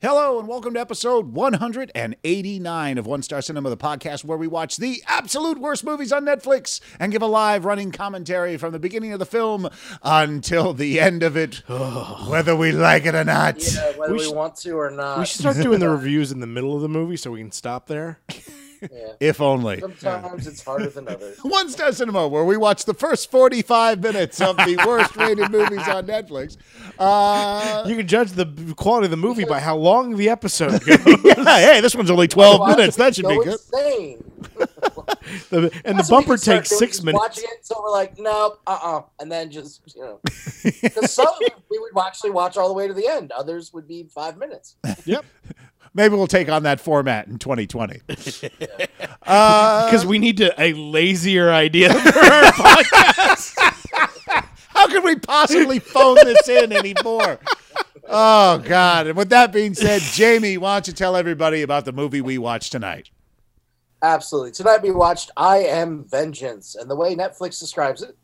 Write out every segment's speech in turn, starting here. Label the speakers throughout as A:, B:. A: Hello and welcome to episode 189 of One Star Cinema, the podcast where we watch the absolute worst movies on Netflix and give a live running commentary from the beginning of the film until the end of it, whether we like it or not.
B: Yeah, whether
C: We
B: we,
C: should-
B: want to or not.
C: We should start doing the reviews in the middle of the movie so we can stop there.
A: Uh,
B: Yeah.
A: If only.
B: Sometimes it's harder than others.
A: One Star Cinema, where we watch the first 45 minutes of the worst rated movies on Netflix. Uh,
C: You can judge the b- quality of the movie by how long the episode goes.
A: yeah, hey, this one's only
C: Oh,
A: 12 minutes. That should
B: Go
A: be good.
B: Insane.
C: The- and the
B: That's what we
C: bumper
B: should start
C: takes
B: doing,
C: six
B: just
C: minutes.
B: Watching it until we're like, nope, uh, uh and then just you know, because some we would actually watch all the way to the end. Others would be five minutes.
C: Yep.
A: Maybe we'll take on that format in 2020. Uh,
C: Because we need to, a lazier idea for our podcast.
A: How can we possibly phone this in anymore? Oh God! And with that being said, Jamie, why don't you tell everybody about the movie we watched tonight?
B: Absolutely. Tonight we watched I Am Vengeance, and the way Netflix describes it,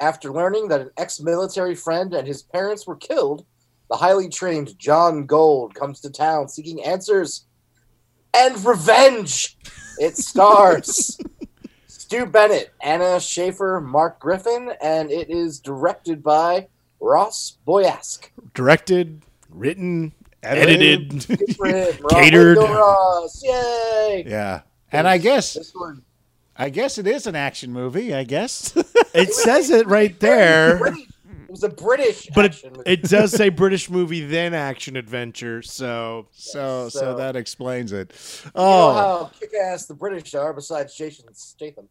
B: after learning that an ex military friend and his parents were killed, the highly trained John Gold comes to town seeking answers and revenge. It stars Stu Bennett, Anna Schaefer, Mark Griffin, and it is directed by Ross Boyask.
C: Directed, written, edited.
A: Edited.
B: Good for him. Ross.
C: Catered.
B: Way to go, Ross. Yay!
A: Yeah, and I guess
B: This one.
A: I guess it is an action movie. I guess.
C: It says it right there.
B: British. It was a British
C: But it,
B: action movie.
C: it does say British movie, then action adventure. So
A: So so
B: So-
A: that explains it.
B: You know
A: Oh
B: how kick ass the British are besides Jason Statham.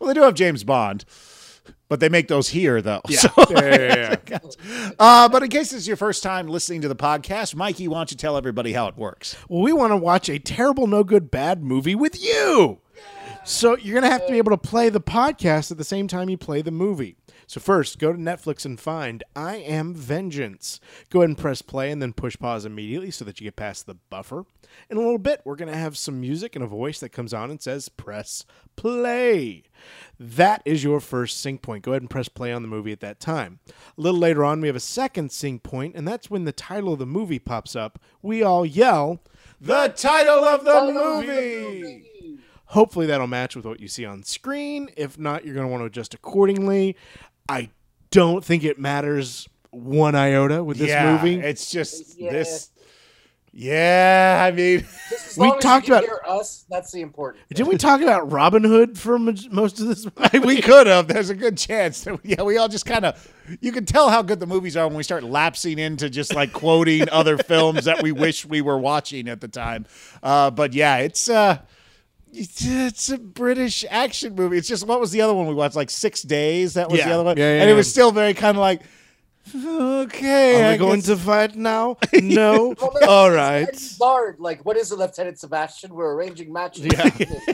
A: well, they do have James Bond, but they make those here though.
C: yeah.
A: So-
C: yeah, yeah, yeah.
A: uh, but in case this is your first time listening to the podcast, Mikey, why don't you tell everybody how it works?
C: Well, we want to watch a terrible, no good, bad movie with you. So you're going to have to be able to play the podcast at the same time you play the movie. So first, go to Netflix and find I Am Vengeance. Go ahead and press play and then push pause immediately so that you get past the buffer. In a little bit, we're going to have some music and a voice that comes on and says press play. That is your first sync point. Go ahead and press play on the movie at that time. A little later on, we have a second sync point, and that's when the title of the movie pops up. We all yell,
A: The title of the movie.
C: Hopefully that'll match with what you see on screen. If not, you're going to want to adjust accordingly. I don't think it matters one iota with this
A: yeah,
C: movie.
A: It's just
B: Yeah.
A: this. Yeah, I mean,
B: Just as
C: We
B: long as
C: talked
B: you can
C: about-
B: hear us. That's the important. thing.
C: Did we talk about Robin Hood for mo- most of this?
A: we could have. There's a good chance. That, yeah, we all just kind of. You can tell how good the movies are when we start lapsing into just like quoting other films that we wish we were watching at the time. Uh, but yeah, it's. Uh, it's it's a British action movie. It's just what was the other one we watched? Like Six Days. That was the
C: Yeah.
A: other one,
C: Yeah, yeah,
A: and it
C: yeah.
A: was still very kind of like, okay,
C: Are
A: I
C: we going
A: guess-
C: to fight now? No.
B: Well, that's-
C: All right.
B: that's Bard, like, what is a Lieutenant Sebastian? We're arranging matches.
C: Yeah.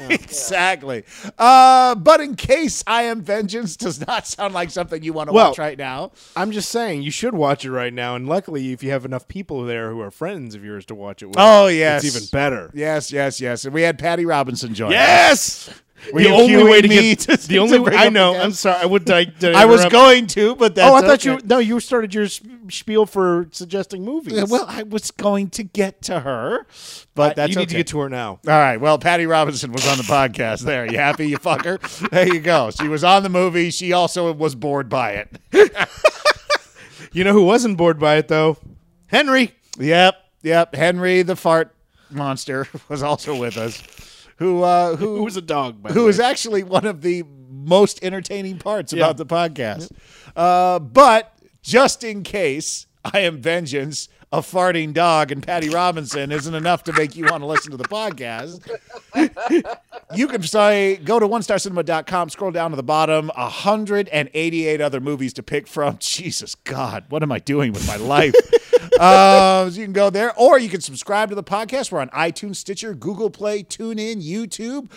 A: exactly. Uh, but in case I am vengeance does not sound like something you want to
C: Well-
A: watch right now.
C: I'm just saying you should watch it right now. And luckily, if you have enough people there who are friends of yours to watch it with,
A: Oh, yes.
C: it's even better.
A: Yes, yes, yes. And we had Patty Robinson join.
C: Yes.
A: Were you cueing me to-
C: the
A: to
C: only
A: bring
C: I
A: up
C: know.
A: again?
C: I'm sorry. I would. I,
A: us. I was going to, but that's
C: Oh, I thought
A: okay.
C: you. No, you started your s- spiel for suggesting movies.
A: Yeah, Well, I was going to get to her, but that's
C: you need
A: okay.
C: to get to her now.
A: All right. Well, Patty Robinson was on the podcast. There, you happy, you fucker? There you go. She was on the movie. She also was bored by it.
C: You know who wasn't bored by it though? Henry.
A: Yep, yep. Henry the fart monster was also with us. Who, uh, who,
C: Who was a dog? By
A: who
C: the
A: is
C: way.
A: actually one of the most entertaining parts
C: Yeah.
A: about the podcast. Uh, but just in case I am vengeance, a farting dog and Patty Robinson isn't enough to make you want to listen to the podcast. you can say go to onestarcinema.com, scroll down to the bottom, 188 other movies to pick from. Jesus God, what am I doing with my life? uh, so you can go there, or you can subscribe to the podcast. We're on iTunes, Stitcher, Google Play, TuneIn, YouTube.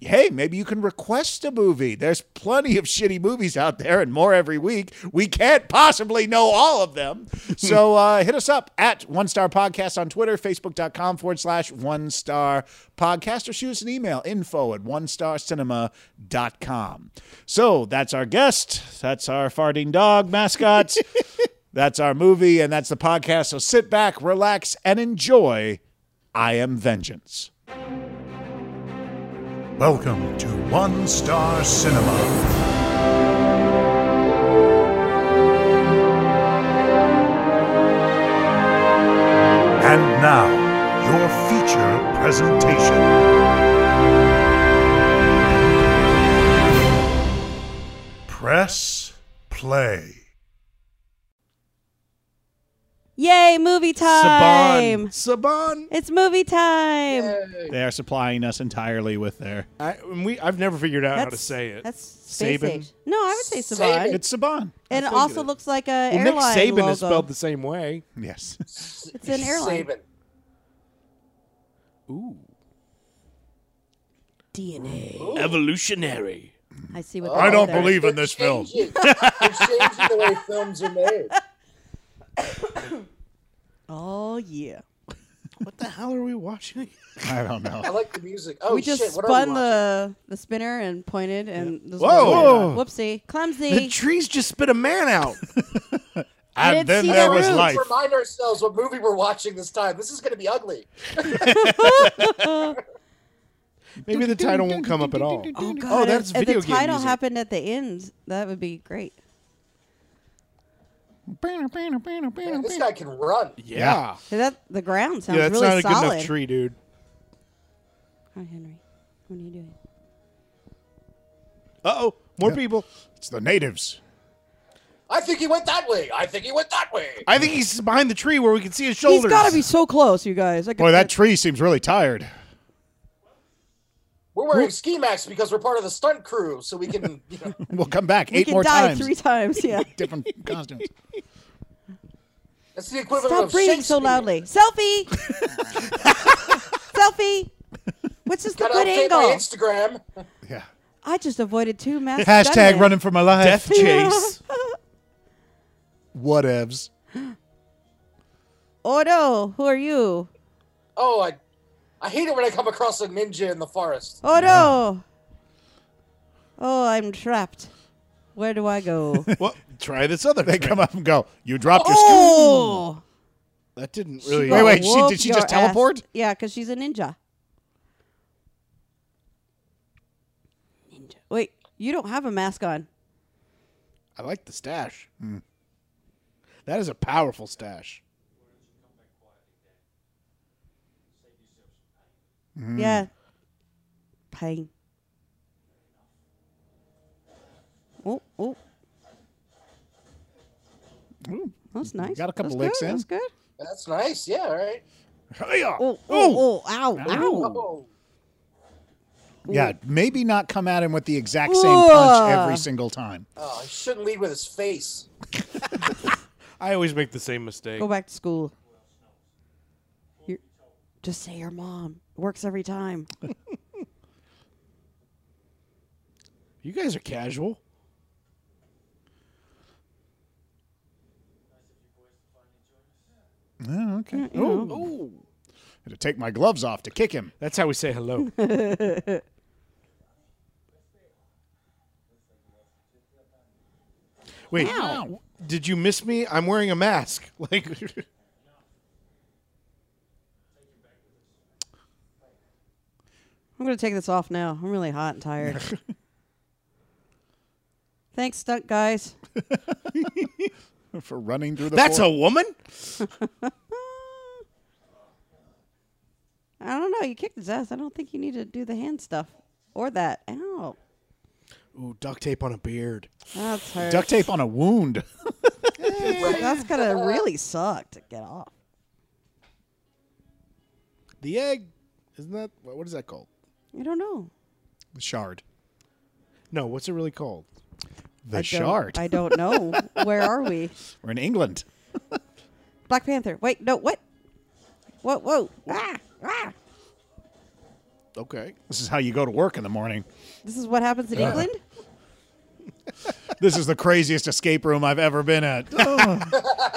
A: Hey, maybe you can request a movie. There's plenty of shitty movies out there and more every week. We can't possibly know all of them. So uh, hit us up at One Star Podcast on Twitter, facebook.com forward slash One Star Podcast, or shoot us an email, info at one OneStarCinema.com. So that's our guest. That's our farting dog mascot. That's our movie, and that's the podcast. So sit back, relax, and enjoy I Am Vengeance.
D: Welcome to One Star Cinema. And now, your feature presentation. Press play.
E: Yay, movie
C: Saban.
E: time!
C: Saban.
E: It's movie time.
A: They are supplying us entirely with their.
C: I, and we, I've never figured out how to
E: That's-
C: say it.
E: That's space
C: Saban.
E: age. No, I would say
B: Saban.
E: Saban.
A: It's Saban.
E: And it
C: think
E: also
C: it-
E: looks like a
C: Well, Nick
E: airline
C: Saban
E: logo.
C: is spelled the same way.
A: Yes.
E: it's an airline.
B: Saban.
C: Ooh.
E: DNA.
C: Evolutionary.
E: I see what.
B: I
E: they did there.
D: in this
B: Oh, Changing. It's changing the way films are made.
E: Oh yeah.
C: What the hell are we watching?
A: I don't know.
B: I like the music. Oh
E: we just
B: shit! What are
E: spun
B: we watching?
E: the the spinner and pointed and. this is
A: Whoa.
E: what we did.
C: Whoa. the
E: Whoopsie! Clumsy.
C: trees just spit a man out.
E: I
A: And
E: did
A: then
E: see
A: there
E: the
A: was
E: roots.
A: life.
B: Let's remind ourselves what movie we're watching this time. This is going to be ugly.
C: Maybe the title won't come up at all.
E: oh god.
C: Oh, that's
E: if, if
C: video
E: the
C: game
E: title
C: music.
E: happened at the end, that would be great.
B: Man, this guy can run.
C: Yeah.
E: That the ground sounds
C: Yeah, that's
E: really
C: not a
E: solid.
C: good enough tree, dude.
E: Hi Henry, what are you doing?
C: Uh oh. More people.
A: It's the natives.
B: I think he went that way. I think he went that way.
C: I think he's behind the tree where we can see his shoulders.
E: He's got to be so close, you guys. I
A: Boy, that tree seems really tired.
B: We're wearing ski masks because we're part of the stunt crew, so we can. You know,
A: We'll come back
E: we
A: eight
E: can
A: more
E: die
A: times.
E: three times. Yeah.
A: Different costumes.
B: that's the equivalent
E: Stop
B: of
E: breathing so
B: Shakespeare.
E: loudly. Selfie. Selfie. What's just the
B: Gotta
E: good
B: update
E: angle?
B: my Instagram.
A: Yeah.
E: I just avoided two massive
A: Hashtag
E: gunmen.
A: running for my life.
C: Death chase.
A: Whatevs.
E: Oh no! Who are you?
B: Oh, I, I hate it when I come across a ninja in the forest.
E: Oh no! Oh, I'm trapped. Where do I go?
C: well, try this other.
A: They
C: trick.
A: come up and go, You dropped your scoop.
E: oh!
C: That didn't
A: Wait,
C: really.
E: Well,
A: wait, she-
E: whoop
A: did she
E: your
A: just
E: ass.
A: teleport?
E: Yeah, because she's a ninja. Ninja. Wait, you don't have a mask on.
C: I like the stash. That is a powerful stash.
E: Yeah. Pain. Oh, oh. That's nice.
A: Mm. got a couple licks
E: That's good.
A: in.
E: That's good.
B: That's nice. Yeah, all right.
A: Hey-ya.
E: Oh, oh, oh, ow, ow.
B: Oh,
A: Yeah, maybe not come at him with the exact same punch
E: Whoa.
A: every single time.
B: oh, I shouldn't lead with his face.
C: I always make the same mistake.
E: Go back to school. You're, just say your mom. Works every time.
C: You guys are casual.
A: Oh, okay.
C: Oh,
A: Had to take my gloves off to kick him.
C: that's how we say hello. Wait,
E: Ow.
C: did you miss me? I'm wearing a mask. Like,
E: I'm going to take this off now. I'm really hot and tired. Thanks, stunt guys.
A: For running through the
C: that's a
A: forest.
C: woman.
E: I don't know. You kicked his ass. I don't think you need to do the hand stuff or that. Ow.
C: Ooh, duct tape on a beard.
E: That's hurt.
A: duct tape on a wound.
E: That's gonna really suck to get off.
C: The egg, isn't that what what is that called?
E: I don't know.
A: shard.
C: No, what's it really called?
A: The
E: I
A: shard.
E: Don't, I don't know. Where are we?
A: We're in England.
E: Black Panther. Wait, no. What? Whoa, whoa. Ah, ah.
C: Okay,
A: This is how you go to work in the morning.
E: This is what happens in England.
A: This is the craziest escape room I've ever been at.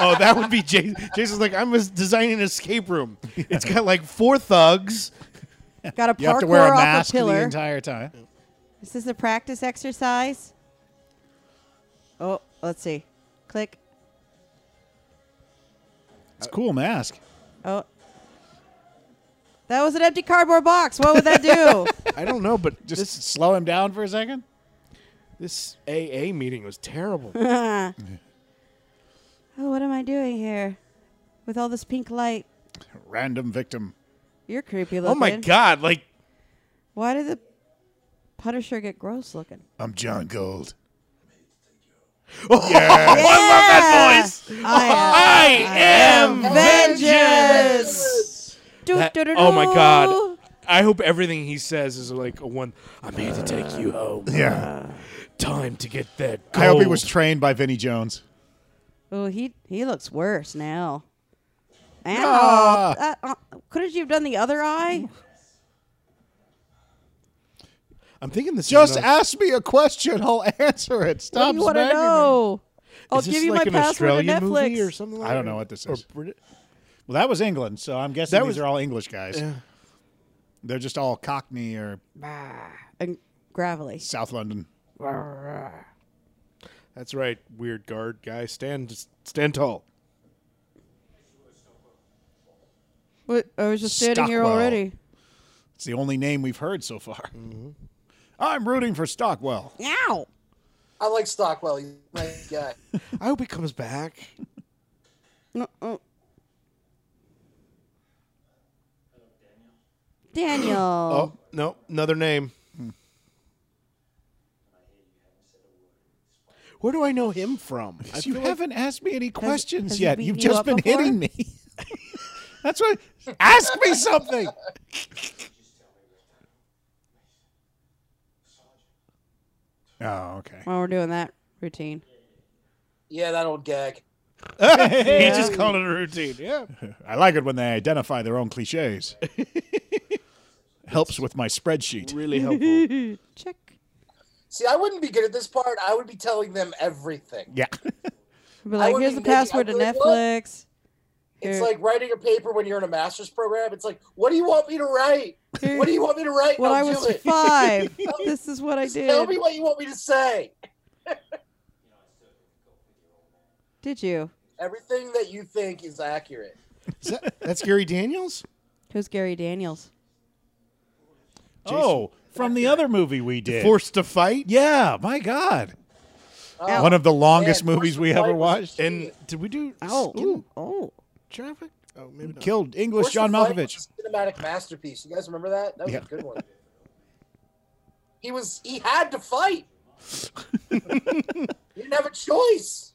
C: Oh, that would be Jason. Jason's like, I'm just designing an escape room. It's got like four thugs.
E: Got to
A: You have
E: parkour
A: to wear a
E: off a
A: mask the
E: pillar.
A: entire time.
E: is this a practice exercise? Oh, let's see. Click.
A: It's a cool mask.
E: Oh. That was an empty cardboard box. What would that do?
C: I don't know, but
A: Just
C: this
A: slow him down for a second.
C: this AA meeting was terrible.
E: oh, what am I doing here? With all this pink light.
A: Random victim.
E: You're creepy looking.
C: oh my god! Like
E: Why did the Punisher get gross looking?
A: I'm John Gold.
E: I love that voice.
C: I
E: I
C: am
E: am vengeance. Do,
C: That-
E: do, do,
C: oh my
E: do.
C: god! I hope everything he says is like a one. I'm here to take you home.
A: Yeah.
C: Time to get that. Gold.
A: I hope he was trained by Vinnie Jones.
E: Oh, he he looks worse now. Ow.
A: Ah.
E: That- uh, couldn't you have done the other eye?
C: I'm thinking this.
A: Just
C: is another-
A: ask me a question. I'll answer it.
E: What
A: Stop
E: do you want to
A: smacking me.
E: know? I'll
C: is this
E: give you
C: like
E: my
C: an
E: password to
C: Australian
E: Netflix.
C: movie or something. Like
A: I don't know
C: that?
A: what this
C: Or
A: is.
C: Brit-
A: Well, that was England, so I'm guessing
C: That
A: these
C: was-
A: are all English guys.
C: Yeah.
A: They're just all Cockney or
E: and gravelly.
A: South London.
C: That's right, weird guard guy. Stand, stand tall.
E: What, I was just standing here
A: Stockwell.
E: already.
A: It's the only name we've heard so far. I'm rooting for Stockwell.
E: Ow.
B: I like Stockwell. He's a nice guy.
C: I hope he comes back.
E: No, oh. Daniel.
C: Oh no, another name. Where do I know him from? I
A: you
C: feel like-
A: haven't asked me any questions
E: has he
A: yet.
E: beaten
A: You've
E: you
A: just
E: up
A: been
E: before?
A: hitting me. That's right. Ask me something. oh, okay.
E: While we're doing that routine.
B: yeah, that old gag.
A: Hey,
E: Yeah. just
A: called it a routine. Yeah. I like it when they identify their own cliches. Helps with my spreadsheet.
C: really helpful.
E: Check.
B: See, I wouldn't be good at this part. I would be telling them everything.
A: Yeah.
E: Be
B: I
E: like,
B: would
E: here's
B: be
E: the
B: making- I
E: password to
B: really would.
E: Netflix.
B: It's
E: Here-
B: like writing a paper when you're in a master's program. It's like, what do you want me to write?
E: here-
B: What do you want me to write?
E: when
B: I'll
E: I
B: do
E: was
B: it.
E: five, this is what I
B: Just Tell me
E: did.
B: what you want me to say.
E: Did you?
B: Everything that you think is accurate.
C: Is that- that's Gary Daniels.
E: Who's Gary Daniels?
A: Oh, from the other movie we did.
C: Forced to fight.
A: Yeah, my God.
B: Oh,
A: One of the longest
B: man,
A: movies
B: Force
A: we
B: of
A: ever
B: Light was-
A: watched.
C: And did we do?
E: Oh,
C: Ooh,
E: oh,
C: traffic. Oh, maybe not.
A: Killed English
B: Force
A: John
B: of Light
A: Malkovich.
B: was a Cinematic masterpiece. You guys remember that? That was
A: Yeah.
B: a good one. He was. He had to fight. he didn't have a choice.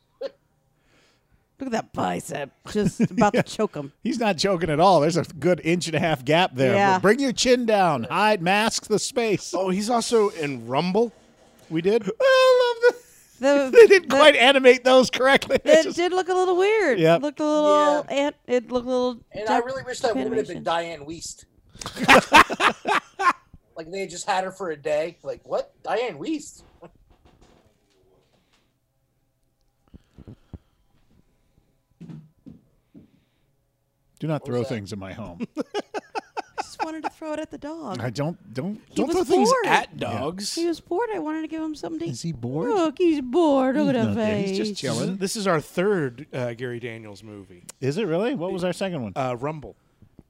E: look at that bicep, just about to choke him.
A: He's not joking at all. There's a good inch and a half gap there.
E: Yeah.
A: Bring your chin down. Hide, mask the space.
C: Oh, he's also in Rumble. We did.
A: I love
E: The,
A: that. They didn't
E: the-
A: quite animate those correctly. It's
E: It
A: just-
E: did look a little weird.
A: Yep.
E: looked a little. Ant, it looked a little.
B: And I
E: Jap-
B: really wish that woman had been
E: animation.
B: Diane Weist. like they had just had her for a day. Like what? Diane Weist?
A: Do not throw
B: was that?
A: things in my home.
E: I just wanted to throw it at the dog.
A: I don't don't
E: He
A: don't
E: was
A: throw things
E: bored.
A: at
C: Dogs.
E: He was bored. I wanted to give him something. to
A: Is he bored?
E: Look, he's bored. Look at that
A: not there.
E: face.
A: He's just chilling.
C: This is our third uh, Gary Daniels movie.
A: Is it really? What was our second one?
C: Uh, Rumble.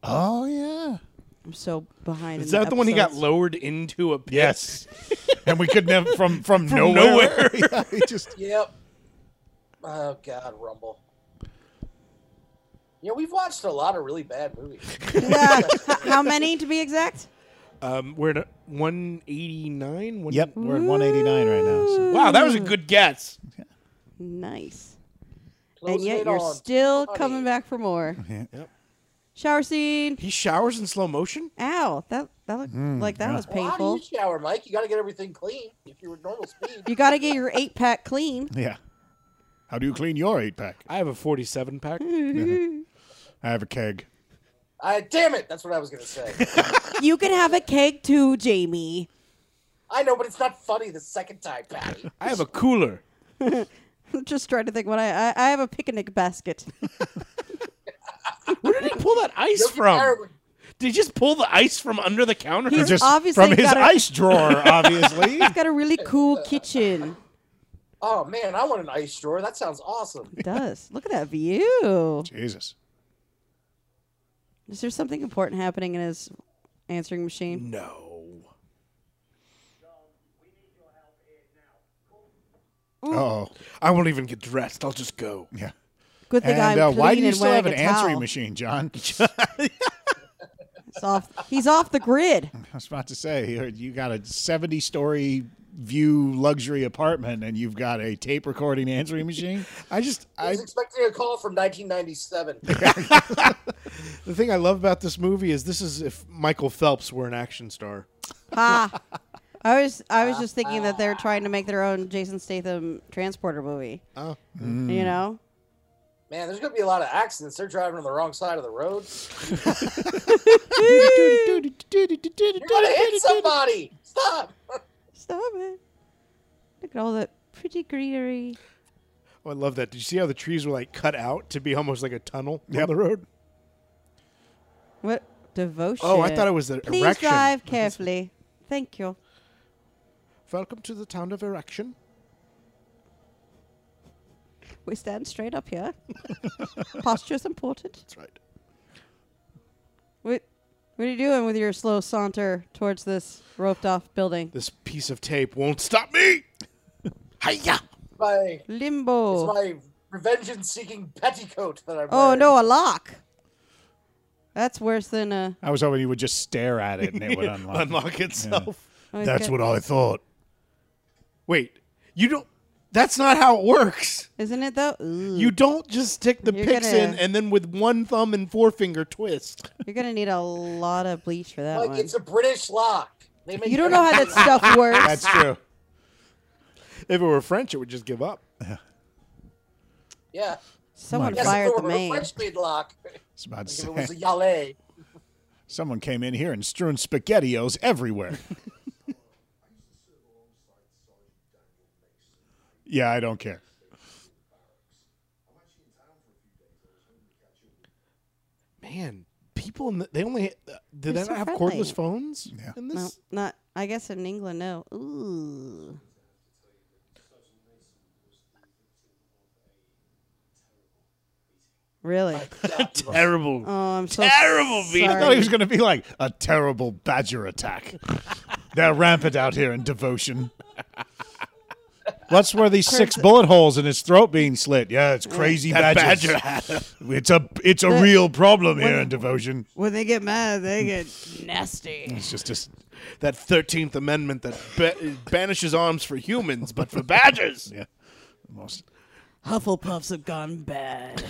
A: oh yeah.
E: I'm so behind.
C: Is
E: in
C: that the one he got
E: episodes.
C: lowered into a pit?
A: Yes. and we couldn't have from from, nowhere.
C: nowhere.
A: yeah, he just
B: Yep. Oh God, Rumble. Yeah, we've watched a lot of really bad movies.
E: Yeah. H- How many to be exact?
C: Um, we're at 189. One-
A: Yep, we're at 189 right now. So.
C: Wow, that was a good guess.
E: Nice. and
B: Closing
E: yet
B: it
E: you're
B: on
E: still
B: 20.
E: coming back for more.
C: Yep.
E: Shower scene.
C: He showers in slow motion.
E: Ow. That that looked
A: Mm,
E: like that was
B: Well, how
E: painful.
B: do you shower, Mike? You got to get everything clean if you were normal speed.
E: You got to get your eight pack clean.
A: Yeah. How do you clean your eight pack?
C: I have a 47 pack.
A: I have a keg.
B: I damn it, that's what I was gonna say.
E: You can have a keg too, Jamie.
B: I know, but it's not funny the second time, Patty.
C: I have a cooler.
E: I'm just trying to think what I I, I have a picnic basket.
C: Where did he pull that ice
B: You'll get tired
C: from?
B: when-
C: Did he just pull the ice from under the counter?
E: He's
A: Just
E: obviously
A: from his
E: got a-
A: ice drawer, obviously.
E: It's got a really cool kitchen.
B: Oh man, I want an ice drawer. That sounds awesome.
E: It does. Look at that view.
A: Jesus.
E: Is there something important happening in his answering machine?
C: No.
A: Oh,
C: I won't even get dressed. I'll just go.
A: yeah.
E: Good thing
A: And
E: I'm
A: uh, why do
E: clean
A: you
E: and
A: still have an
E: wearing a
A: answering
E: towel.
A: machine, John?
E: It's off. He's off the grid.
A: I was about to say, you- you got a 70 story view luxury apartment and you've got a tape recording answering machine.
C: I just
B: I
C: I
B: was expecting a call from 1997.
C: the thing I love about this movie is this is if Michael Phelps were an action star.
E: Ha. I was I was just thinking that they're trying to make their own Jason Statham transporter movie.
C: Oh.
A: Mm.
E: You know,
B: Man, there's going to be a lot of accidents. They're driving on the wrong side of the road. You're going to hit somebody. Stop.
E: stop it. Look at all that pretty greenery.
C: Oh, I love that. Did you see how the trees were like cut out to be almost like a tunnel
A: Yep.
C: on the road?
E: What devotion.
C: Oh, I thought it was the
E: Please
C: erection.
E: drive carefully. Thank you.
C: Welcome to the town of Erection.
E: We stand straight up here. Posture is important.
C: That's right.
E: What, what are you doing with your slow saunter towards this roped off building?
C: This piece of tape won't stop me. Hiya!
B: My, it's
E: Limbo.
B: my revenge seeking petticoat that I'm
E: Oh
B: wearing.
E: no, a lock. That's worse than uh, a.
A: I was hoping you would just stare at it and it would unlock.
C: Unlock itself.
E: okay.
A: I thought.
C: Wait, you don't. That's not how it works.
E: Isn't it though? Ooh.
C: You don't just stick the
E: You're
C: picks in
E: gonna-
C: and then with one thumb and forefinger twist.
E: You're gonna need a lot of bleach for that
B: Like,
E: one.
B: it's a British lock. They make
E: You don't know how that stuff works.
A: That's true.
C: If it were French, it would just give up.
B: Yeah.
E: Someone
A: Yes,
E: fired
B: if it
E: the
B: were a
E: maid.
B: French maid lock.
A: It's about to
B: If it was a
A: say,
B: Yale.
A: someone came in here and strewn spaghettios everywhere. yeah, I don't care.
C: Man, people in the, they only did
E: They're
C: they
E: so
C: not have
E: friendly.
C: cordless phones in
E: No,
C: this?
E: not. I guess in England, no. Ooh. Really?
C: Terrible.
E: Oh, I'm so
C: Terrible beat.
A: I thought he
E: sorry.
A: was going to be like a terrible badger attack. They're rampant out here in devotion. What's where these six bullet holes in his throat being slit? Yeah, it's crazy badgers. It's a it's a real problem here in devotion.
E: When they get mad, they get nasty.
A: It's just just
C: that Thirteenth Amendment that ba- banishes arms for humans, but for badgers.
A: yeah, most
E: Hufflepuffs have gone bad.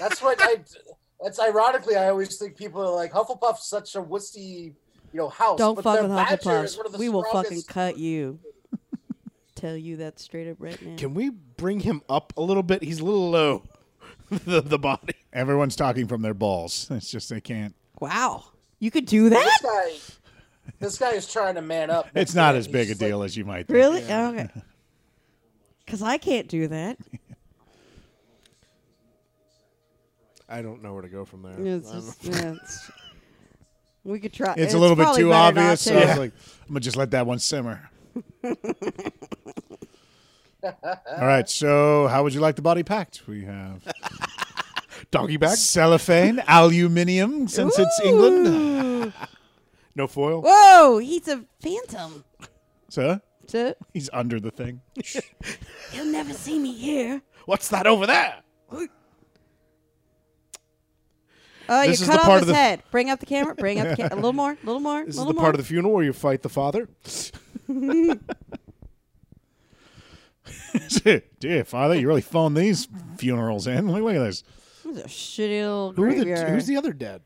B: That's what I. That's ironically, I always think people are like Hufflepuff's such a wussy, you know, house.
E: Don't
B: but
E: fuck
B: their
E: with
B: badger is one of
E: Hufflepuffs.
B: the
E: We will fucking
B: strongest-
E: cut you. Tell you that straight up right now.
C: Can we bring him up a little bit? He's a little low. the, the body.
A: everyone's talking from their balls. It's just they can't.
E: Wow. You could do that?
B: This guy, this guy is trying to man up.
A: It's not as big a deal as you might think.
E: Really? Oh, okay. Because I can't do that.
C: I don't know where to go from there.
E: It's just- yeah, it's- we could try.
A: It's, a little bit
E: probably
A: too
E: better not
A: obvious. So
E: to.
A: I was like, I'm gonna just let that one simmer. All right. So, how would you like the body packed? We have
C: Doggy bag?
A: cellophane, aluminium, since it's England.
E: Ooh.
C: No
E: Oh!
C: foil?
E: Whoa, he's a phantom.
A: So
E: So
A: he's under the thing.
E: he'll never see me here.
C: What's that over there?
E: Oh,
C: This
E: you
C: is
E: cut
C: the
E: off
C: part
E: his
C: of the-
E: head. Bring up the camera. Bring up the ca- a little more. A little more.
C: This is
E: a little
C: the
E: more.
C: part of the funeral where you fight the father.
A: Dear father, you really phone these funerals in. Look, look at this.
E: This is a shitty little
C: Who are the,
E: graveyard.
C: who's the other dead?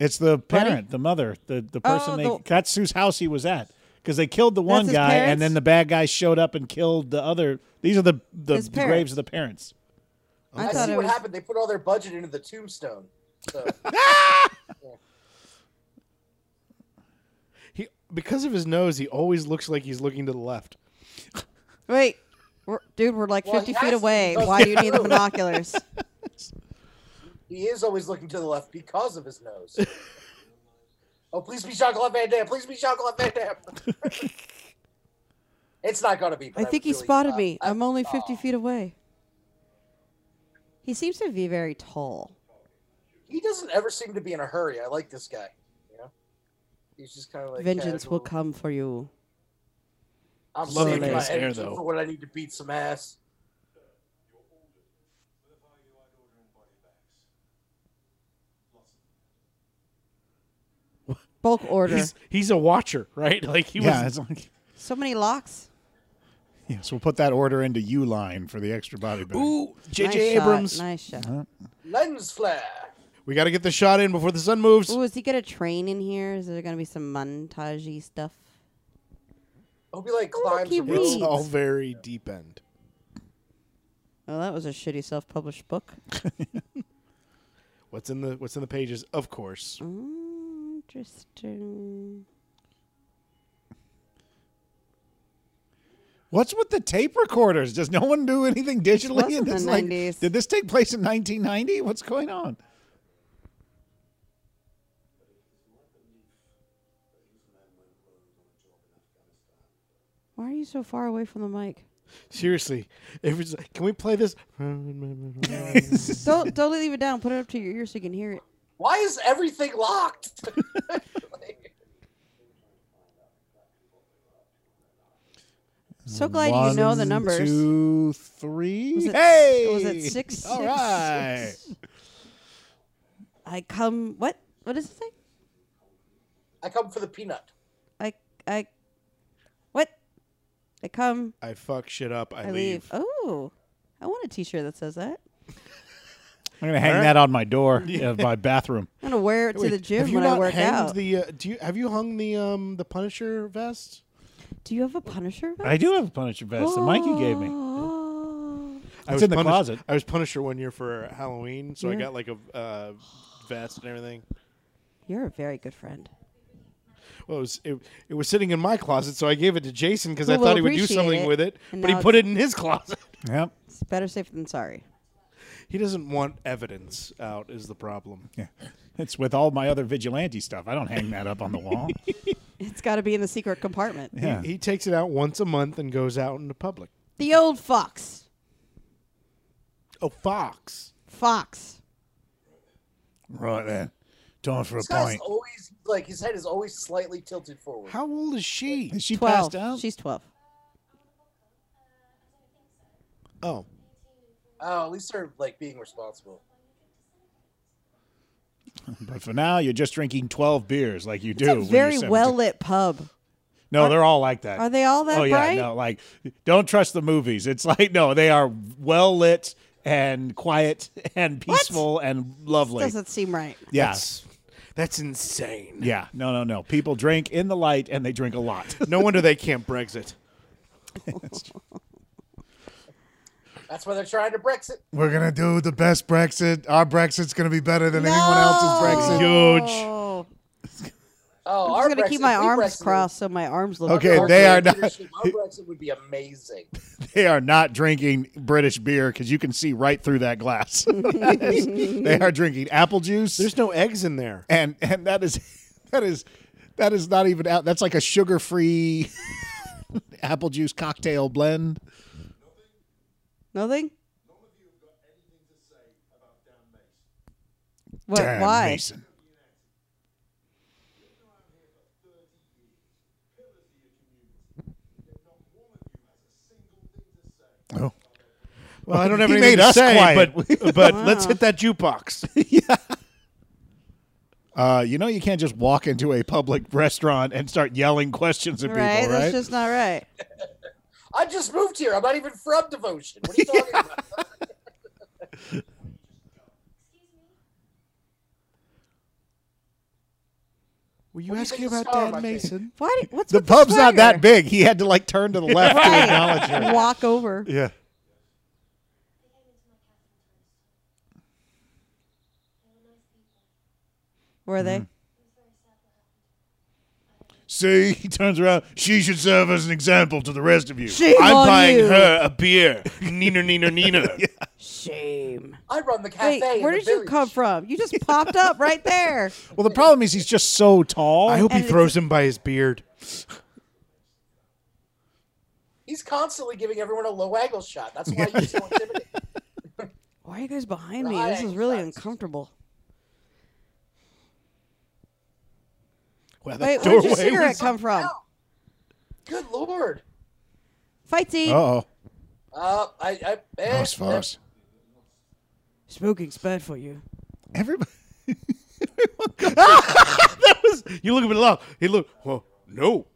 A: It's the parent, the mother, the the person
E: Oh,
A: they.
E: the-
A: That's whose house he was at. Because they killed the one
E: his
A: guy,
E: parents?
A: and then the bad guy showed up and killed the other. These are the the,
E: His
A: the
E: parents.
A: graves of the parents.
E: I
B: I,
E: thought
B: see
E: it
B: what
E: was-
B: happened. They put all their budget into the tombstone. So,
C: He because of his nose, he always looks like he's looking to the left.
E: Wait, we're, dude, we're like
B: Well,
E: 50
B: he
E: feet
B: has to
E: away.
B: be-
E: Why do you need the binoculars?
B: he is always looking to the left because of his nose. oh, please be Jean-Claude Van Damme. Please be Jean-Claude Van Damme. it's not going to be. but
E: I
B: would
E: think he
B: really-
E: spotted
B: uh,
E: me.
B: I-
E: I'm only 50 feet away. He seems to be very tall.
B: He doesn't ever seem to be in a hurry. I like this guy. You know, he's just kind of like
E: Vengeance will
B: casual.
E: come for you.
B: I'm
C: Loving
B: saving my
C: his hair,
B: energy
C: though.
B: for when I need to beat some ass.
E: Bulk order.
C: He's he's a watcher, right? Like he
A: yeah,
C: was.
A: it's like,
E: so many locks.
A: yeah, so we'll put that order into you line for the extra body bag.
C: Ooh, J.J.
E: Nice shot,
C: Abrams.
E: Nice shot.
B: Lens flare.
C: We got to get the shot in before the sun moves.
E: Ooh, is he gonna train in here? Is there gonna be some montagey stuff?
B: Hope he like
E: Look,
B: climbs.
E: he
B: a rope.
E: reads.
C: It's all very deep end.
E: Well, Oh, that was a shitty self-published book.
C: What's in the What's in the pages? Of course.
E: Mm, Interesting.
A: What's with the tape recorders? Does no one do anything digitally?
E: wasn't
A: in this?
E: the
A: Like,
E: 90s.
A: did this take place in 1990? What's going on?
E: Why are you so far away from the mic?
C: Seriously, if it's, can we play this?
E: don't don't leave it down. Put it up to your ear so you can hear it.
B: Why is everything locked?
E: So glad you know the numbers.
A: Two, three.
E: Was it,
A: hey,
E: was it six?
A: All
E: six,
A: right.
E: six? I come. What? What does it say?
B: I come for the peanut.
E: I I. What? I come.
C: I fuck shit up. I,
E: I
C: leave.
E: leave. Oh, I want a T-shirt that says that.
A: I'm gonna hang that on my door of my bathroom.
E: I'm gonna wear it to
C: Wait,
E: the gym
C: have you
E: when I
C: not
E: work
C: hanged
E: out.
C: The uh, do you have you hung the um the Punisher vest?
E: Do you have a Punisher?
A: I do have a Punisher vest that Mikey gave me.
E: Oh.
C: I
A: It's
C: was
A: in the
C: Punisher-
A: closet.
C: I was Punisher one year for Halloween, so I
E: Yeah.
C: got like a uh, vest and everything.
E: You're a very good friend.
C: Well, it was it, it was sitting in my closet, so I gave it to Jason because
E: Who
C: I
E: will
C: thought he would do
E: appreciate
C: something
E: it,
C: with it,
E: and
C: but he
E: now
C: put it in his closet.
A: Yep.
E: It's better safe than sorry.
C: he doesn't want evidence out, is the problem.
A: Yeah. It's with all my other vigilante stuff. I don't hang that up on the wall.
E: It's got to be in the secret compartment.
A: Yeah.
C: He takes it out once a month and goes out into public.
E: The old fox.
C: Oh, Fox.
E: Fox.
A: Right then. Time for a
B: This guy's
A: pint.
B: always like his head is always slightly tilted forward.
C: How old is she?
A: Is she passed
E: Twelve.
A: out?
E: She's twelve.
C: Oh,
B: Oh, at least they're like being responsible.
A: But for now, you're just drinking 12 beers like you
E: It's
A: do.
E: a
A: when you're
E: very
A: 17.
E: well lit pub.
A: No, they're all like that.
E: Are they all that
A: Oh, yeah.
E: bright?
A: No, like, don't trust the movies. It's like, no, they are well lit and quiet and peaceful and lovely.
E: Doesn't seem right.
A: yeah.
C: that's that's insane.
A: Yeah. No, no, no. People drink in the light and they drink a lot.
C: No wonder they can't Brexit.
B: That's why they're trying to Brexit.
A: We're going to do the best Brexit. Our Brexit's going to be better than
C: Huge.
E: Oh.
B: Oh,
E: I'm
B: our
E: just gonna keep
B: Brexit-
E: my
B: if we
E: arms
B: Brexited,
E: crossed so my arms look.
A: Okay,
B: our
A: they are
B: Brexit
A: not-
B: leadership- Our Brexit would be amazing.
A: They are not drinking British beer because you can see right through that glass. they are drinking apple juice.
C: There's no eggs in there.
A: and and that is that is that is not even out that's like a sugar-free apple juice cocktail blend
E: Nothing. What?
A: Dan
E: why?
A: Mason. Oh.
C: Well, I don't have
A: He
C: anything
A: made
C: to
A: us
C: say,
A: quiet.
C: but but
E: Wow.
C: let's hit that jukebox.
A: Uh, you know you can't just walk into a public restaurant and start yelling questions at
E: Right.
A: people, right?
E: That's just not right.
B: I just moved here. I'm not even from Devotion. What are you talking about?
C: Were you
B: What do you
C: asking
B: think of
C: about
B: Star, my
C: Dan
B: friend?
C: Mason?
E: Why? Did, what's
A: the
E: with
A: pub's not that
E: swagger?
A: big. He had to like turn to the left to acknowledge her.
E: Right. Walk over.
A: Yeah.
E: Were they?
A: Mm-hmm. See, he turns around. She should serve as an example to the rest of you.
E: Shame on you.
C: a beer. Neener, neener, neener.
E: Shame.
B: I run the cafe.
E: Wait, where did you come from? You just popped up right there.
A: Well, the problem is he's just so tall.
C: I hope he
E: And it's-
C: throws him by his beard.
B: He's constantly giving everyone a low angle shot. That's why he's so intimidating.
E: Why are you guys behind me?
B: Right,
E: This is really
B: that's-
E: uncomfortable.
C: Wow, that
E: Wait, where'd your
C: doorway
E: cigarette
C: was-
E: come from?
B: Good lord.
E: Fight scene.
A: Oh.
C: Uh-oh.
B: Uh, I, I, eh,
A: Fuzz, fuzz.
E: Smoking's bad for you.
A: Everybody.
C: You look a bit low. He look. Well, no.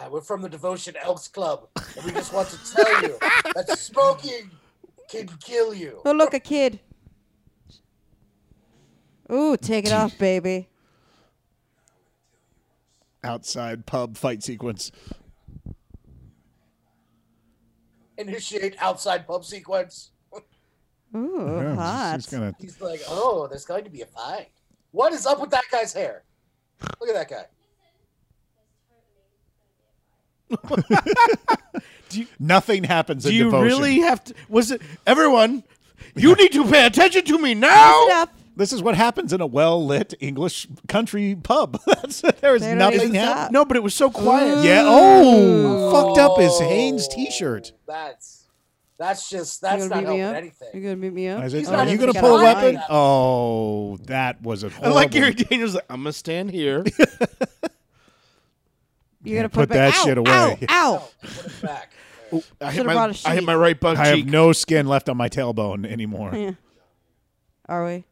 B: eh, we're from the Devotion Elks Club, and we just want to tell you that smoking can kill you.
E: Oh, look, a kid. Ooh, take it off, baby.
A: Outside pub fight sequence.
B: Initiate outside pub sequence.
E: Ooh,
A: Yeah,
E: hot.
A: He's gonna.
B: He's like, oh, there's going to be a fight. What is up with that guy's hair? Look at that guy.
A: Nothing happens
C: Do
A: in
C: you
A: devotion.
C: really have to? Was it everyone? You need to pay attention to me now.
E: Mix it up.
A: This is what happens in a well lit English country pub. That's there is
E: They don't
A: nothing
E: even
A: happening.
C: No, but it was so quiet.
A: Yeah. Oh, fucked up his Hanes
B: Oh,
A: T-shirt.
B: That's that's just
E: you
B: that's
E: gonna
B: not
E: beat me
B: helping
E: up? You
B: anything.
E: gonna beat me up?
A: Is it-
B: He's
A: are
B: not
A: you
B: even
A: gonna
B: gonna
A: pull a
B: hide
A: weapon?
B: that.
A: Oh, that was a.
C: I like
A: horrible-
C: Gary Daniels. Like, I'm gonna stand here.
E: You're gonna
A: put
E: put, it back-
A: that
E: Ow,
A: shit away.
E: Ow! Ow!
B: Oh, put it back.
C: I hit,
E: Should've
C: my,
E: brought a
C: I hit
E: sheet.
C: my right butt
A: I
C: cheek.
A: have no skin left on my tailbone anymore.
E: Yeah. Are we?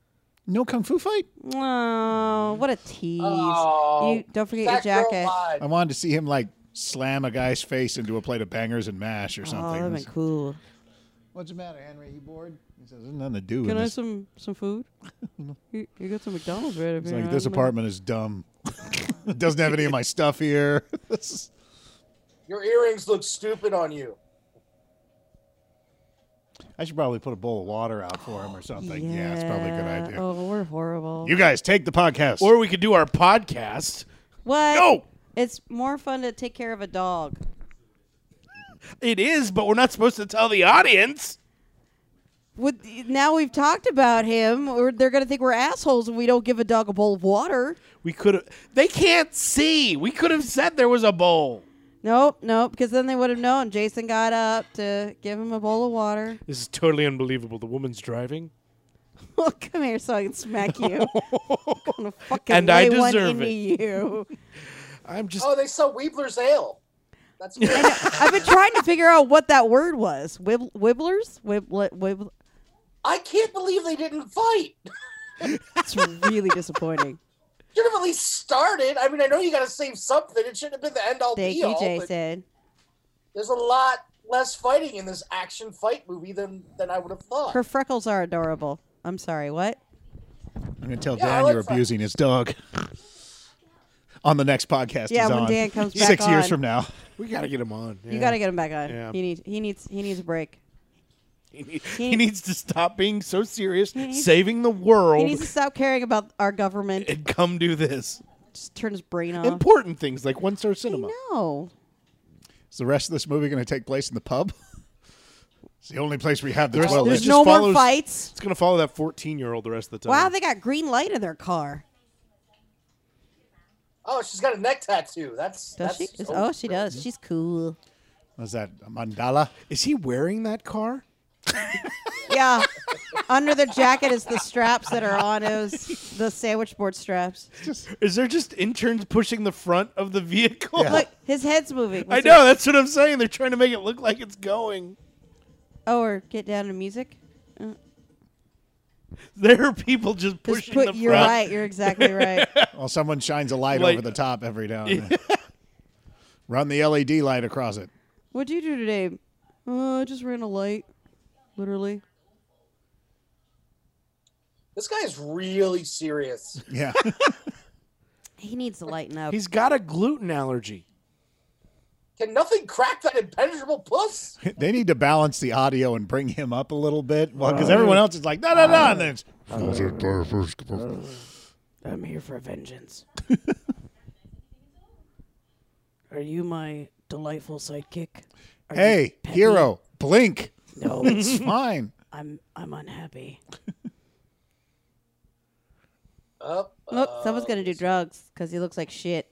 A: No kung fu fight.
E: Oh, what a tease!
B: Oh,
E: you don't forget your
B: that girl
E: jacket.
A: I
B: lied.
A: wanted to see him like slam a guy's face into a plate of bangers and mash or
E: Oh,
A: something.
E: that'd been cool.
A: What's the matter, Henry? You bored? He says, "There's nothing to do."
E: Can
A: in
E: I have
A: this.
E: some some food? you, you got some McDonald's right over
A: It's
E: here.
A: like
E: I
A: this
E: don't know.
A: apartment is dumb. it doesn't have any of my stuff here. This is-
B: Your earrings look stupid on you.
A: I should probably put a bowl of water out for him or something. Yeah, it's probably a good
E: Yeah.
A: idea.
E: Oh, we're horrible.
A: You guys take the podcast.
C: Or we could do our podcast.
E: what?
C: No,
E: It's more fun to take care of a dog.
C: it is, but we're not supposed to tell the audience.
E: Would now we've talked about him, or they're gonna think we're assholes if we don't give a dog a bowl of water.
C: We could have. They can't see. We could have said there was a bowl.
E: Nope, nope, because then they would have known. Jason got up to give him a bowl of water.
C: This is totally unbelievable. The woman's driving.
E: Well, come here so I can smack you. I'm gonna fucking
C: And I
E: lay one
C: deserve
E: into
C: it.
E: you.
C: I'm just.
B: Oh, they sell Weebler's ale. That's
E: I know. I've been trying to figure out what that word was. Wib- wibblers? Wibble- wibble-
B: I can't believe they didn't fight.
E: That's really disappointing.
B: Should have at least started. I mean, I know you got to save something. It shouldn't have been the end all
E: Thank
B: be
E: you,
B: all. but
E: Jason.
B: There's a lot less fighting in this action fight movie than than I would have thought.
E: Her freckles are adorable. I'm sorry, what?
A: I'm gonna tell
B: Yeah, I
A: Dan
B: like
A: you're
B: that.
A: abusing his dog. on the next podcast.
E: Yeah,
A: he's
E: when
A: on.
E: Dan comes back
A: six years
E: on.
A: from now.
C: We gotta get him on.
E: You got to get him back on.
C: Yeah.
E: He needs he needs he needs a break.
C: He, need-
E: He-
C: he needs to stop being so serious,
E: needs-
C: saving the
E: He
C: world,
E: needs to stop caring about our government.
C: and come do this.
E: Just turn his brain off.
C: Important things like one star cinema.
E: No.
A: Is the rest of this movie gonna take place in the pub? it's the only place we have that's
C: There's-
A: well
E: There's
A: lit.
C: just
E: no more
C: follows-
E: fights.
C: It's gonna follow that 14 year old the rest of the time.
E: Wow, they got green light in their car.
B: Oh, she's got a neck tattoo. That's
E: Does
B: that's
E: she? Is- oh, she does. She's cool.
A: Is that a mandala?
C: Is he wearing that car?
E: Yeah. Under the jacket is the straps that are on his the sandwich board straps.
C: Is there just interns pushing the front of the vehicle?
A: Yeah.
E: Look, his head's moving.
C: I
E: Let's
C: know. That's what I'm saying. They're trying to make it look like it's going.
E: see. Oh, or get down to music. Uh,
C: There are people just
E: Just
C: pushing
E: put,
C: the
E: you're
C: front.
E: right. You're exactly right.
A: Well, someone shines a light
C: Like-
A: over the top every now and then. Run the LED light across it.
E: What'd you do today? Uh, I just ran a light, literally.
B: This guy is really serious.
A: Yeah.
E: He needs to lighten up.
C: He's got a gluten allergy.
B: Can nothing crack that impenetrable puss?
A: they need to balance the audio and bring him up a little bit. Well, because everyone else is like, no, no, no. And then it's,
E: I'm here for vengeance. Are you my delightful sidekick? Are you
A: hey,
E: pet me?
A: hero, blink.
E: No,
A: It's fine.
E: I'm I'm unhappy.
B: Oh,
E: Look, someone's gonna do drugs because he looks like shit.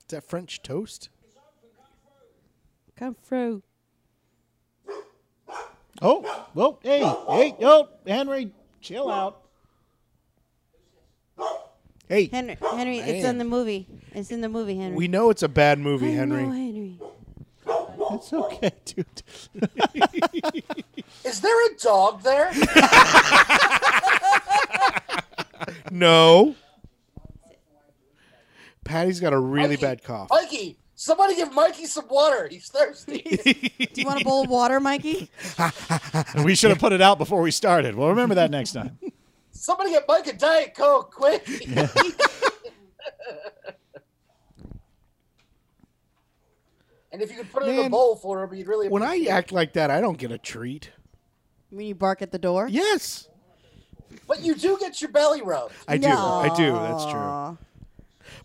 C: Is that French toast?
E: Come through.
A: Oh, whoa, hey, hey, yo, Henry, chill out. Hey,
E: Henry, Henry, it's in the movie. It's in the movie, Henry.
C: We know it's a bad movie,
E: I
C: Henry.
E: know, Henry.
A: it's okay, dude.
B: Is there a dog there?
C: No. Patty's got a really
B: Mikey,
C: bad cough.
B: Mikey, somebody give Mikey some water. He's thirsty.
E: Do you want a bowl of water, Mikey?
A: we should have put it out before we started. We'll remember that next time.
B: somebody get Mike a Diet Coke, quick. and if you could put it in a
C: Man,
B: bowl for him, you'd really
C: When I
B: appreciate it.
C: act like that, I don't get a treat.
E: When you bark at the door?
C: Yes.
B: But you do get your belly rubbed.
C: I do. I do. That's true.
E: Aw.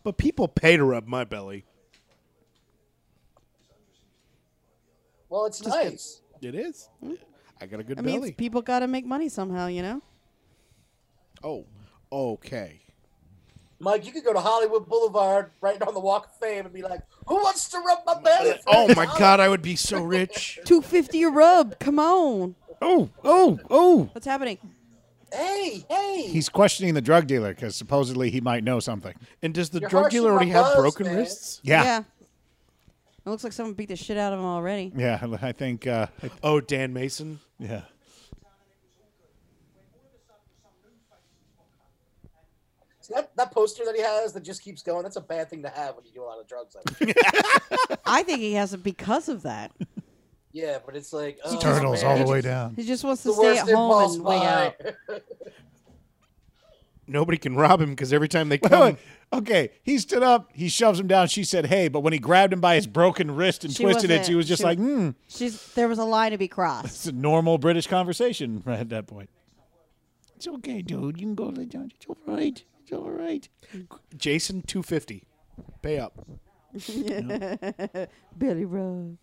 C: But people pay to rub my belly.
B: Well, it's nice.
C: It is.
B: Hmm?
C: I got a good
E: I mean,
C: belly.
E: it's- people got to make money somehow, you know?
C: oh, okay.
B: Mike, you could go to Hollywood Boulevard right on the Walk of Fame and be like, who wants to rub my belly? for
C: Oh
B: an
C: my
B: hour?"
C: God, I would be so rich.
E: 250 a rub. Come on.
C: Oh, oh, oh.
E: What's happening?
B: Hey, hey.
A: He's questioning the drug dealer because supposedly he might know something.
C: And does the
B: You're
C: drug
B: harshing
C: dealer already
B: my
C: have
B: buzz,
C: broken
B: man.
C: wrists?
A: Yeah, yeah.
E: yeah. It looks like someone beat the shit out of him already.
A: I think. Uh, I-
C: Oh, Dan Mason.
A: yeah.
B: See that, that poster that he has that just keeps going, that's a bad thing to have when you do a lot of drugs. Like that.
E: I think he has it because of that.
B: yeah, but it's like oh,
A: Turtles
B: man,
A: all the way down.
E: He just wants to
B: The
E: stay
B: worst
E: at home
B: impulse
E: and wait
B: buy.
E: out.
C: Nobody can rob him because every time they
A: Wait, wait.
C: come,
A: Okay, he stood up. He shoves him down. She said, "Hey," but when he grabbed him by his broken wrist and
E: She
A: twisted it,
E: wasn't-
A: she was just
E: she-
A: like, "Hmm."
E: She's there was a line to be
A: It's
E: crossed.
A: a normal British conversation right at that point. It's okay, dude. You can go lay down. It's all right. It's all right.
C: Jason two fifty, pay up.
E: Billy Rub.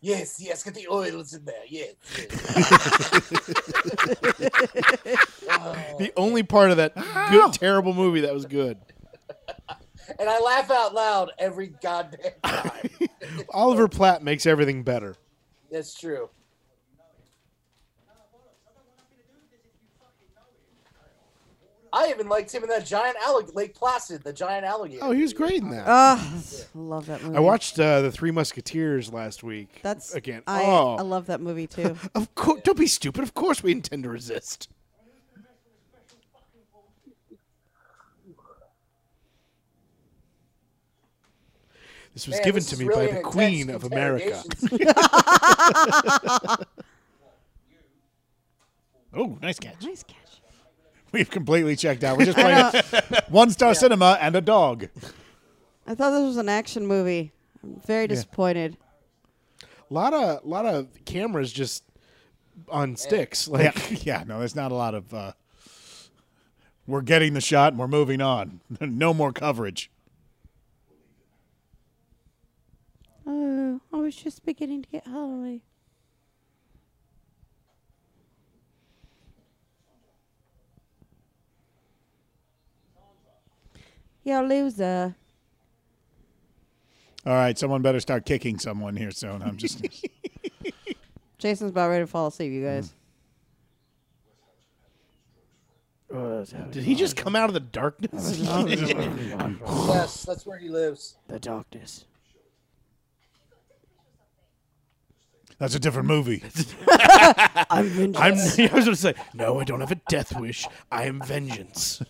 B: Yes, yes, get the oils in there. Yes. yes. Oh.
C: The only part of that good, terrible movie that was good.
B: and I laugh out loud every goddamn time.
C: Oliver Platt makes everything better.
B: That's true. I even liked him in that giant alligator, Lake Placid, the giant alligator.
C: Oh, he was great in that.
E: Ah, love that
B: Mm-hmm.
E: movie.
C: I watched uh, the Three Musketeers last week.
E: That's
C: again.
E: I,
C: oh,
E: I love that movie too.
C: of course. Don't be stupid. Of course, we intend to resist. This was
B: Man,
C: given
B: this
C: to
B: is
C: me
B: really
C: by
B: an
C: the Queen
B: intense
C: of America.
B: interrogation.
A: Oh, nice catch.
E: nice catch.
A: We've completely checked out. We're just playing one star cinema and a dog.
E: I thought this was an action movie. I'm very disappointed.
C: A lot of lot of cameras just on sticks.
A: Yeah,
C: Like
A: yeah. No, there's not a lot of. Uh, we're getting the shot and we're moving on. no more coverage.
E: Oh, I was just beginning to get high. Yeah, loser.
A: All right, someone better start kicking someone here soon. I'm just.
E: Jason's about ready to fall asleep, you guys.
C: did he just come out of the darkness?
B: yes, that's where he lives.
E: The darkness.
A: That's a different movie.
E: I'm vengeance.
C: I'm, I was going to say, no, I don't have a death wish. I am vengeance.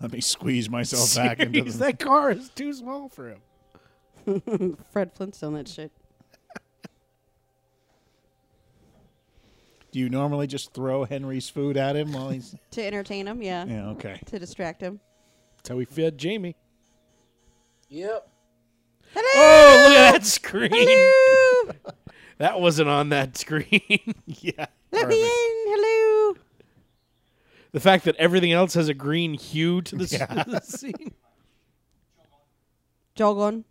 A: Let me squeeze myself back into the.
C: that car is too small for him.
E: Fred Flintstone, that shit.
A: Do you normally just throw Henry's food at him while he's?
E: To entertain him, yeah.
A: Yeah. Okay.
E: To distract him.
C: That's how we fed Jamie.
B: Yep.
C: Oh, look at that screen. that wasn't on that screen.
A: Yeah.
E: Let me in. Hello.
C: the fact that everything else has a green hue to the s- the scene.
E: Jog on.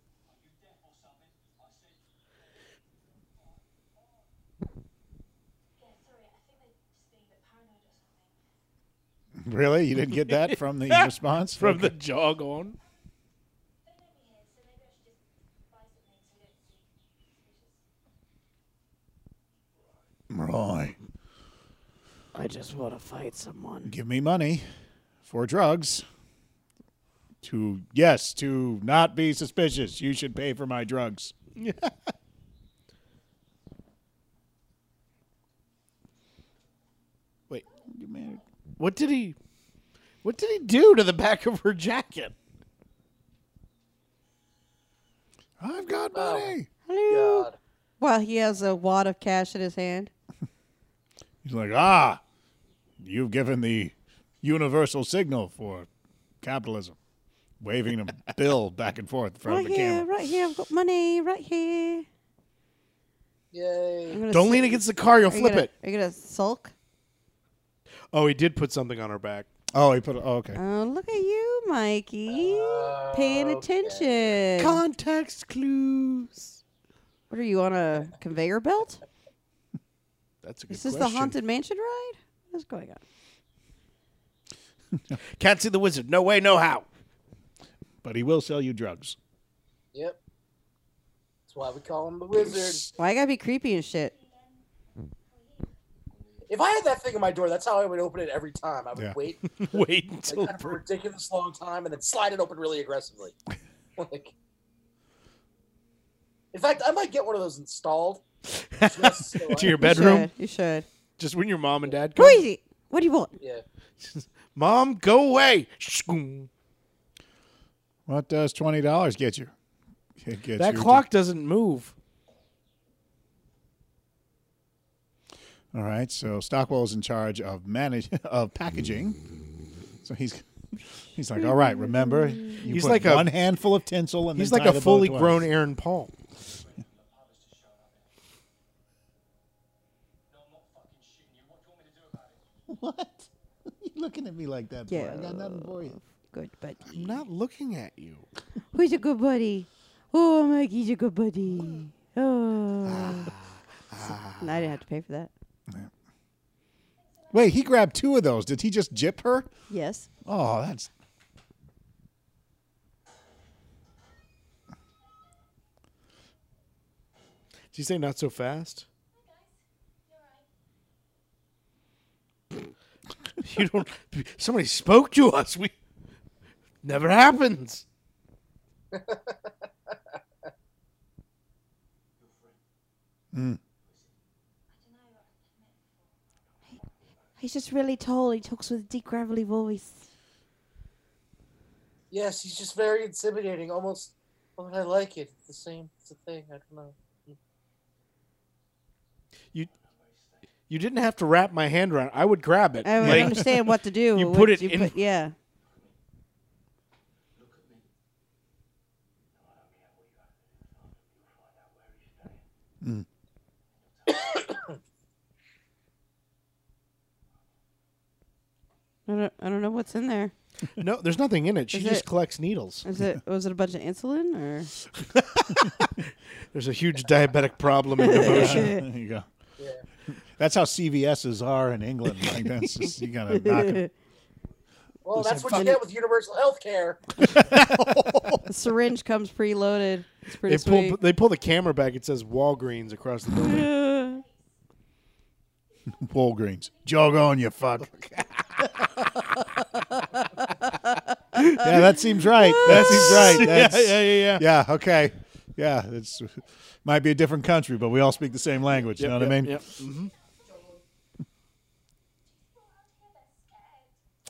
A: Really? You didn't get that from the response?
C: from the jog on.
A: Right.
E: I just want to fight someone.
A: Give me money for drugs. To, yes, to not be suspicious. You should pay for my drugs. Wait. You married?
C: What did he? What did he do to the back of her jacket?
A: I've got
C: Oh.
A: money.
E: Hello.
B: God.
E: Well, he has a wad of cash in his hand.
A: He's like, ah, you've given the universal signal for capitalism, waving a bill back and forth in front
E: Right
A: of the
E: here,
A: camera.
E: right here. I've got money right here.
B: Yay.
E: I'm gonna
C: Don't
E: sit-
C: lean against the car; you'll
E: Are you
C: flip
E: gonna-
C: it.
E: Are you gonna sulk?
C: Oh, he did put something on her back.
A: Oh, he put. Oh, okay.
C: Uh.
E: Oh, look at you, Mikey,
B: Oh,
E: paying
B: okay.
E: attention.
C: Context clues.
E: What are you on a conveyor belt?
C: That's a good
E: Is this
C: question.
E: the haunted mansion ride? What's going on?
C: Can't see the wizard. No way, no how.
A: But he will sell you drugs.
B: Yep. That's why we call him the wizard.
E: Why I gotta be creepy and shit?
B: If I had that thing on my door, that's how I would open it every time. I would
A: Yeah.
B: wait like,
C: Wait until
B: that for a ridiculous long time and then slide it open really aggressively. like, in fact, I might get one of those installed. Just so I-
C: to your bedroom.
E: You should. You should.
C: Just when your mom and dad
E: Who
C: come.
E: is it? What do you want?
B: Yeah.
C: Mom, go away. Shkoom.
A: What does twenty dollars get you? It gets
C: That
A: you
C: clock doesn't move.
A: to- all right. So Stockwell's in charge of manage of packaging. So he's he's like, all right. Remember, you
C: He's
A: put
C: like a-
A: one handful of tinsel, and
C: He's
A: then
C: like
A: tie
C: a
A: the bow
C: fully
A: twice.
C: grown Aaron Paul.
A: What? you looking at me like that? For? I got nothing for you.
E: Good buddy.
C: I'm not looking at you.
E: Who's a good buddy? Oh, Mikey's a good buddy. Oh. And I didn't have to pay for that.
A: Wait, he grabbed two of those. Did he just jip her?
E: Yes.
A: Oh, that's.
C: Did you say not so fast? you don't. Somebody spoke to us. We never happens.
E: He's just really tall. He talks with a deep, gravelly voice.
B: Yes, he's just very intimidating. Almost, but I like it. It's the same. It's the thing. I don't know.
C: You you didn't have to wrap my hand around. I would grab it.
E: I don't
C: Like,
E: understand what to do.
C: You
E: What
C: put it in-
E: yeah. I don't, I don't know what's in there.
C: no, there's nothing in it. She
E: Is
C: just
E: it-
C: collects needles.
E: Is it was it a bunch of insulin or
C: There's a huge diabetic problem in devotion.
A: there you go. That's how CVSs are in England. Like that's just, you gotta knock it.
B: Well, that's what you
A: fucking-
B: get with universal health care.
E: the syringe comes preloaded? It's pretty
C: They pull
E: sweet.
C: they pull the camera back. It says Walgreens across the building.
A: Walgreens. Jog on, you fuck. yeah, that seems right. That seems right. That's,
C: yeah, yeah, yeah.
A: yeah, okay. Yeah, it's might be a different country, but we all speak the same language. You know what I mean?
C: Yep.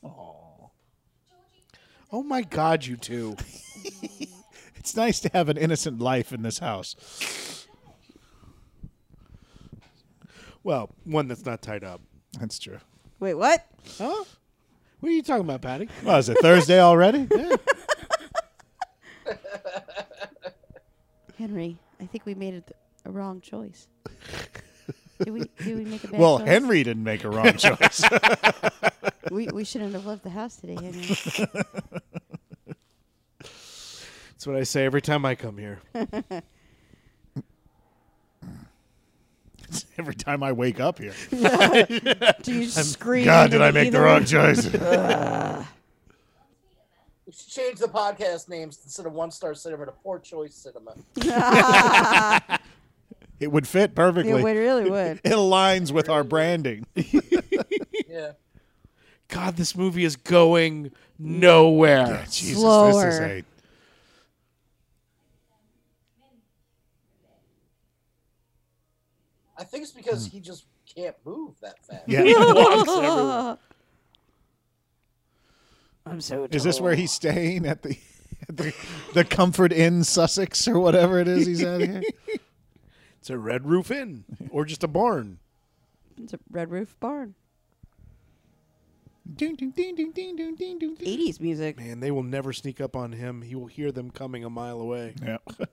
C: Mm-hmm. Oh my God, you two!
A: It's nice to have an innocent life in this house.
C: Well, one that's not tied up.
A: That's true.
E: Wait, what?
C: Huh? What are you talking about, Patty?
A: Well, is it Thursday already?
E: Henry, I think we made a, th- a wrong choice. did we? Did we make a bad
A: Well,
E: choice?
A: Henry didn't make a wrong choice.
E: we we shouldn't have left the house today, Henry.
C: That's what I say every time I come here.
A: every time I wake up here.
E: Do you just scream?
A: God,
E: into
A: did I make the
E: ether?
A: wrong choice?
B: We should change the podcast names instead of One Star Cinema to Poor Choice Cinema.
A: it would fit
E: Yeah,
A: perfectly.
E: it really would.
A: It aligns with our branding.
B: Yeah.
C: God, this movie is going nowhere.
A: Jesus, this is
E: Slower.
A: a
B: I think it's because he just can't move that fast.
A: yeah. he walks everywhere.
E: I'm so.
A: Is this where he's staying at the at the, the Comfort Inn Sussex or whatever it is he's at here?
C: It's a red roof inn or just a barn.
E: It's a red roof barn.
A: Ding, ding, ding, ding, ding, ding, ding, ding, ding.
E: 80s music.
C: Man, they will never sneak up on him. He will hear them coming a mile away.
A: Yeah.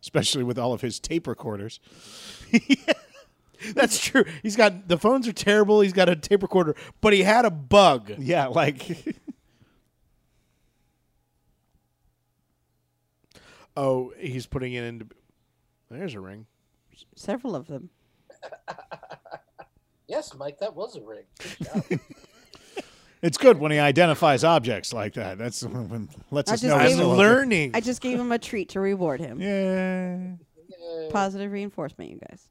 A: Especially with all of his tape recorders.
C: That's true. He's got the phones are terrible. He's got a tape recorder, but he had a bug.
A: Yeah, like
C: Oh, he's putting it into. There's a ring.
E: Several of them.
B: Yes, Mike, that was a rig. Good job.
A: it's good when he identifies objects like that. That's when lets
E: I
A: us
E: just
A: know.
E: gave
A: it's
E: him-
C: I'm
A: still open.
C: learning.
E: I just gave him a treat to reward him.
A: Yeah.
B: Yeah.
E: Positive reinforcement, you guys.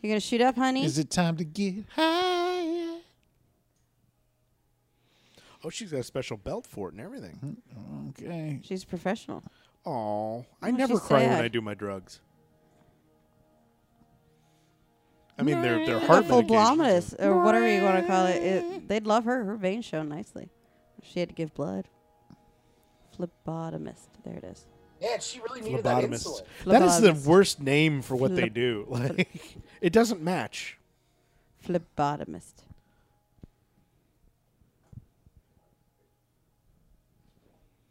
E: You gonna shoot up, honey?
A: Is it time to get high?
C: oh, she's got a special belt for it and everything.
A: Okay.
E: She's professional.
C: Oh, I
E: Oh,
C: never
E: she's
C: cry when
E: sad.
C: I do my drugs. I mean, they're they're heart medications.
E: Phoblomatous, or whatever you want to call it, it. They'd love her. Her veins show nicely. She had to give blood. Phlebotomist. There it is.
B: Man, she really needed that
C: Phlebotomists.
B: insulin.
C: That is the
E: Phlebotomist.
C: worst name for what they
E: Phleb-
C: do. Like, it doesn't match.
E: Phlebotomist.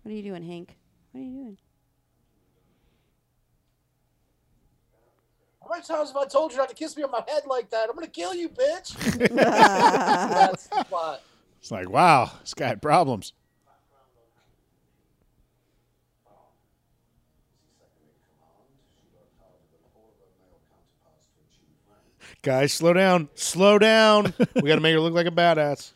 E: What are you doing, Hank? What are you doing?
B: How many times have I told you not to kiss me on my head like that? I'm gonna kill you, bitch. That's the plot.
A: It's like, wow, this guy had problems.
C: Guys, slow down. Slow down. we got to make her look like a badass.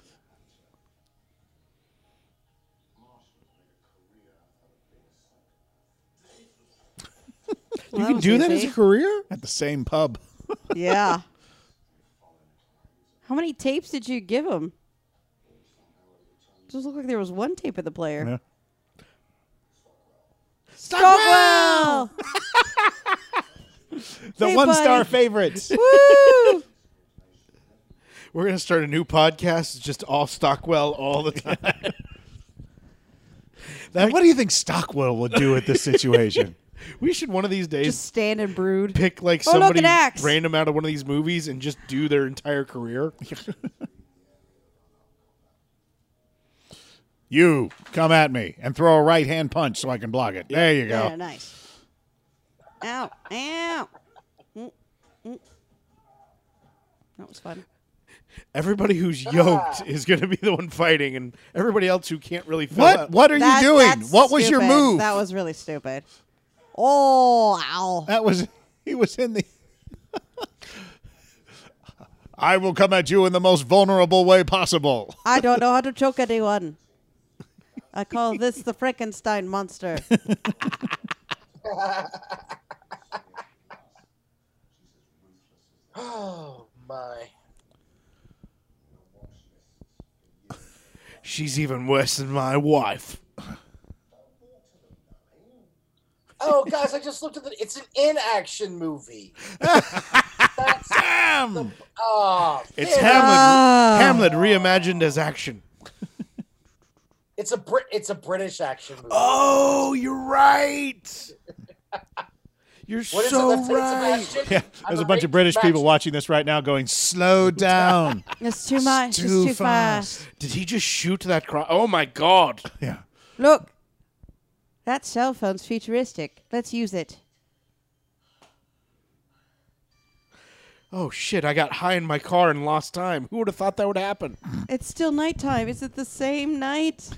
E: Well,
C: You can
E: was
C: do that as
E: easy.
C: a career?
A: At the same pub.
E: Yeah. How many tapes did you give him? Just looked like there was one tape of the player.
A: Yeah.
E: Stockwell!
A: The
E: Hey,
A: one star
E: buddy.
A: favorites.
E: Woo!
C: We're going to start a new podcast. It's just all Stockwell all the time.
A: Now, what do you think Stockwell would do with this situation?
C: we should one of these days
E: Just stand and brood.
C: pick like
E: Oh, look,
C: somebody
E: an axe.
C: random out of one of these movies and just do their entire career.
A: you come at me and throw a right hand punch so I can block it. There you
E: Yeah,
A: go.
E: nice. Ow, ow. Mm, mm. That was fun.
C: Everybody who's yoked is going to be the one fighting, and everybody else who can't really fill
A: What?
C: out-
A: What are
E: That-
A: you doing?
E: that's
A: What was your
E: stupid.
A: move?
E: That was really stupid. Oh, ow.
A: That was he was in the I will come at you in the most vulnerable way possible.
E: I don't know how to choke anyone. I call this the Frankenstein monster.
B: Oh my.
C: She's even worse than my wife.
B: Oh guys, I just looked at the it's an in action movie. That's the, oh,
C: It's
B: man.
C: Hamlet.
E: Oh.
C: Hamlet reimagined as action.
B: It's a Brit it's a British action movie.
C: Oh, you're right. You're
B: What is
C: so
B: it? The
C: right.
B: Fate of Ashton?
A: Yeah,
B: I'm
A: there's a
B: a
A: bunch
B: big
A: of British people
B: match-
A: watching this right now going, slow down.
E: It's too much.
A: too
E: it's too
A: fast.
E: fast.
C: Did he just shoot that cross? Oh my god.
A: yeah.
E: Look, that cell phone's futuristic. Let's use it.
C: Oh shit, I got high in my car and lost time. Who would have thought that would happen?
E: It's still nighttime. Is it the same night?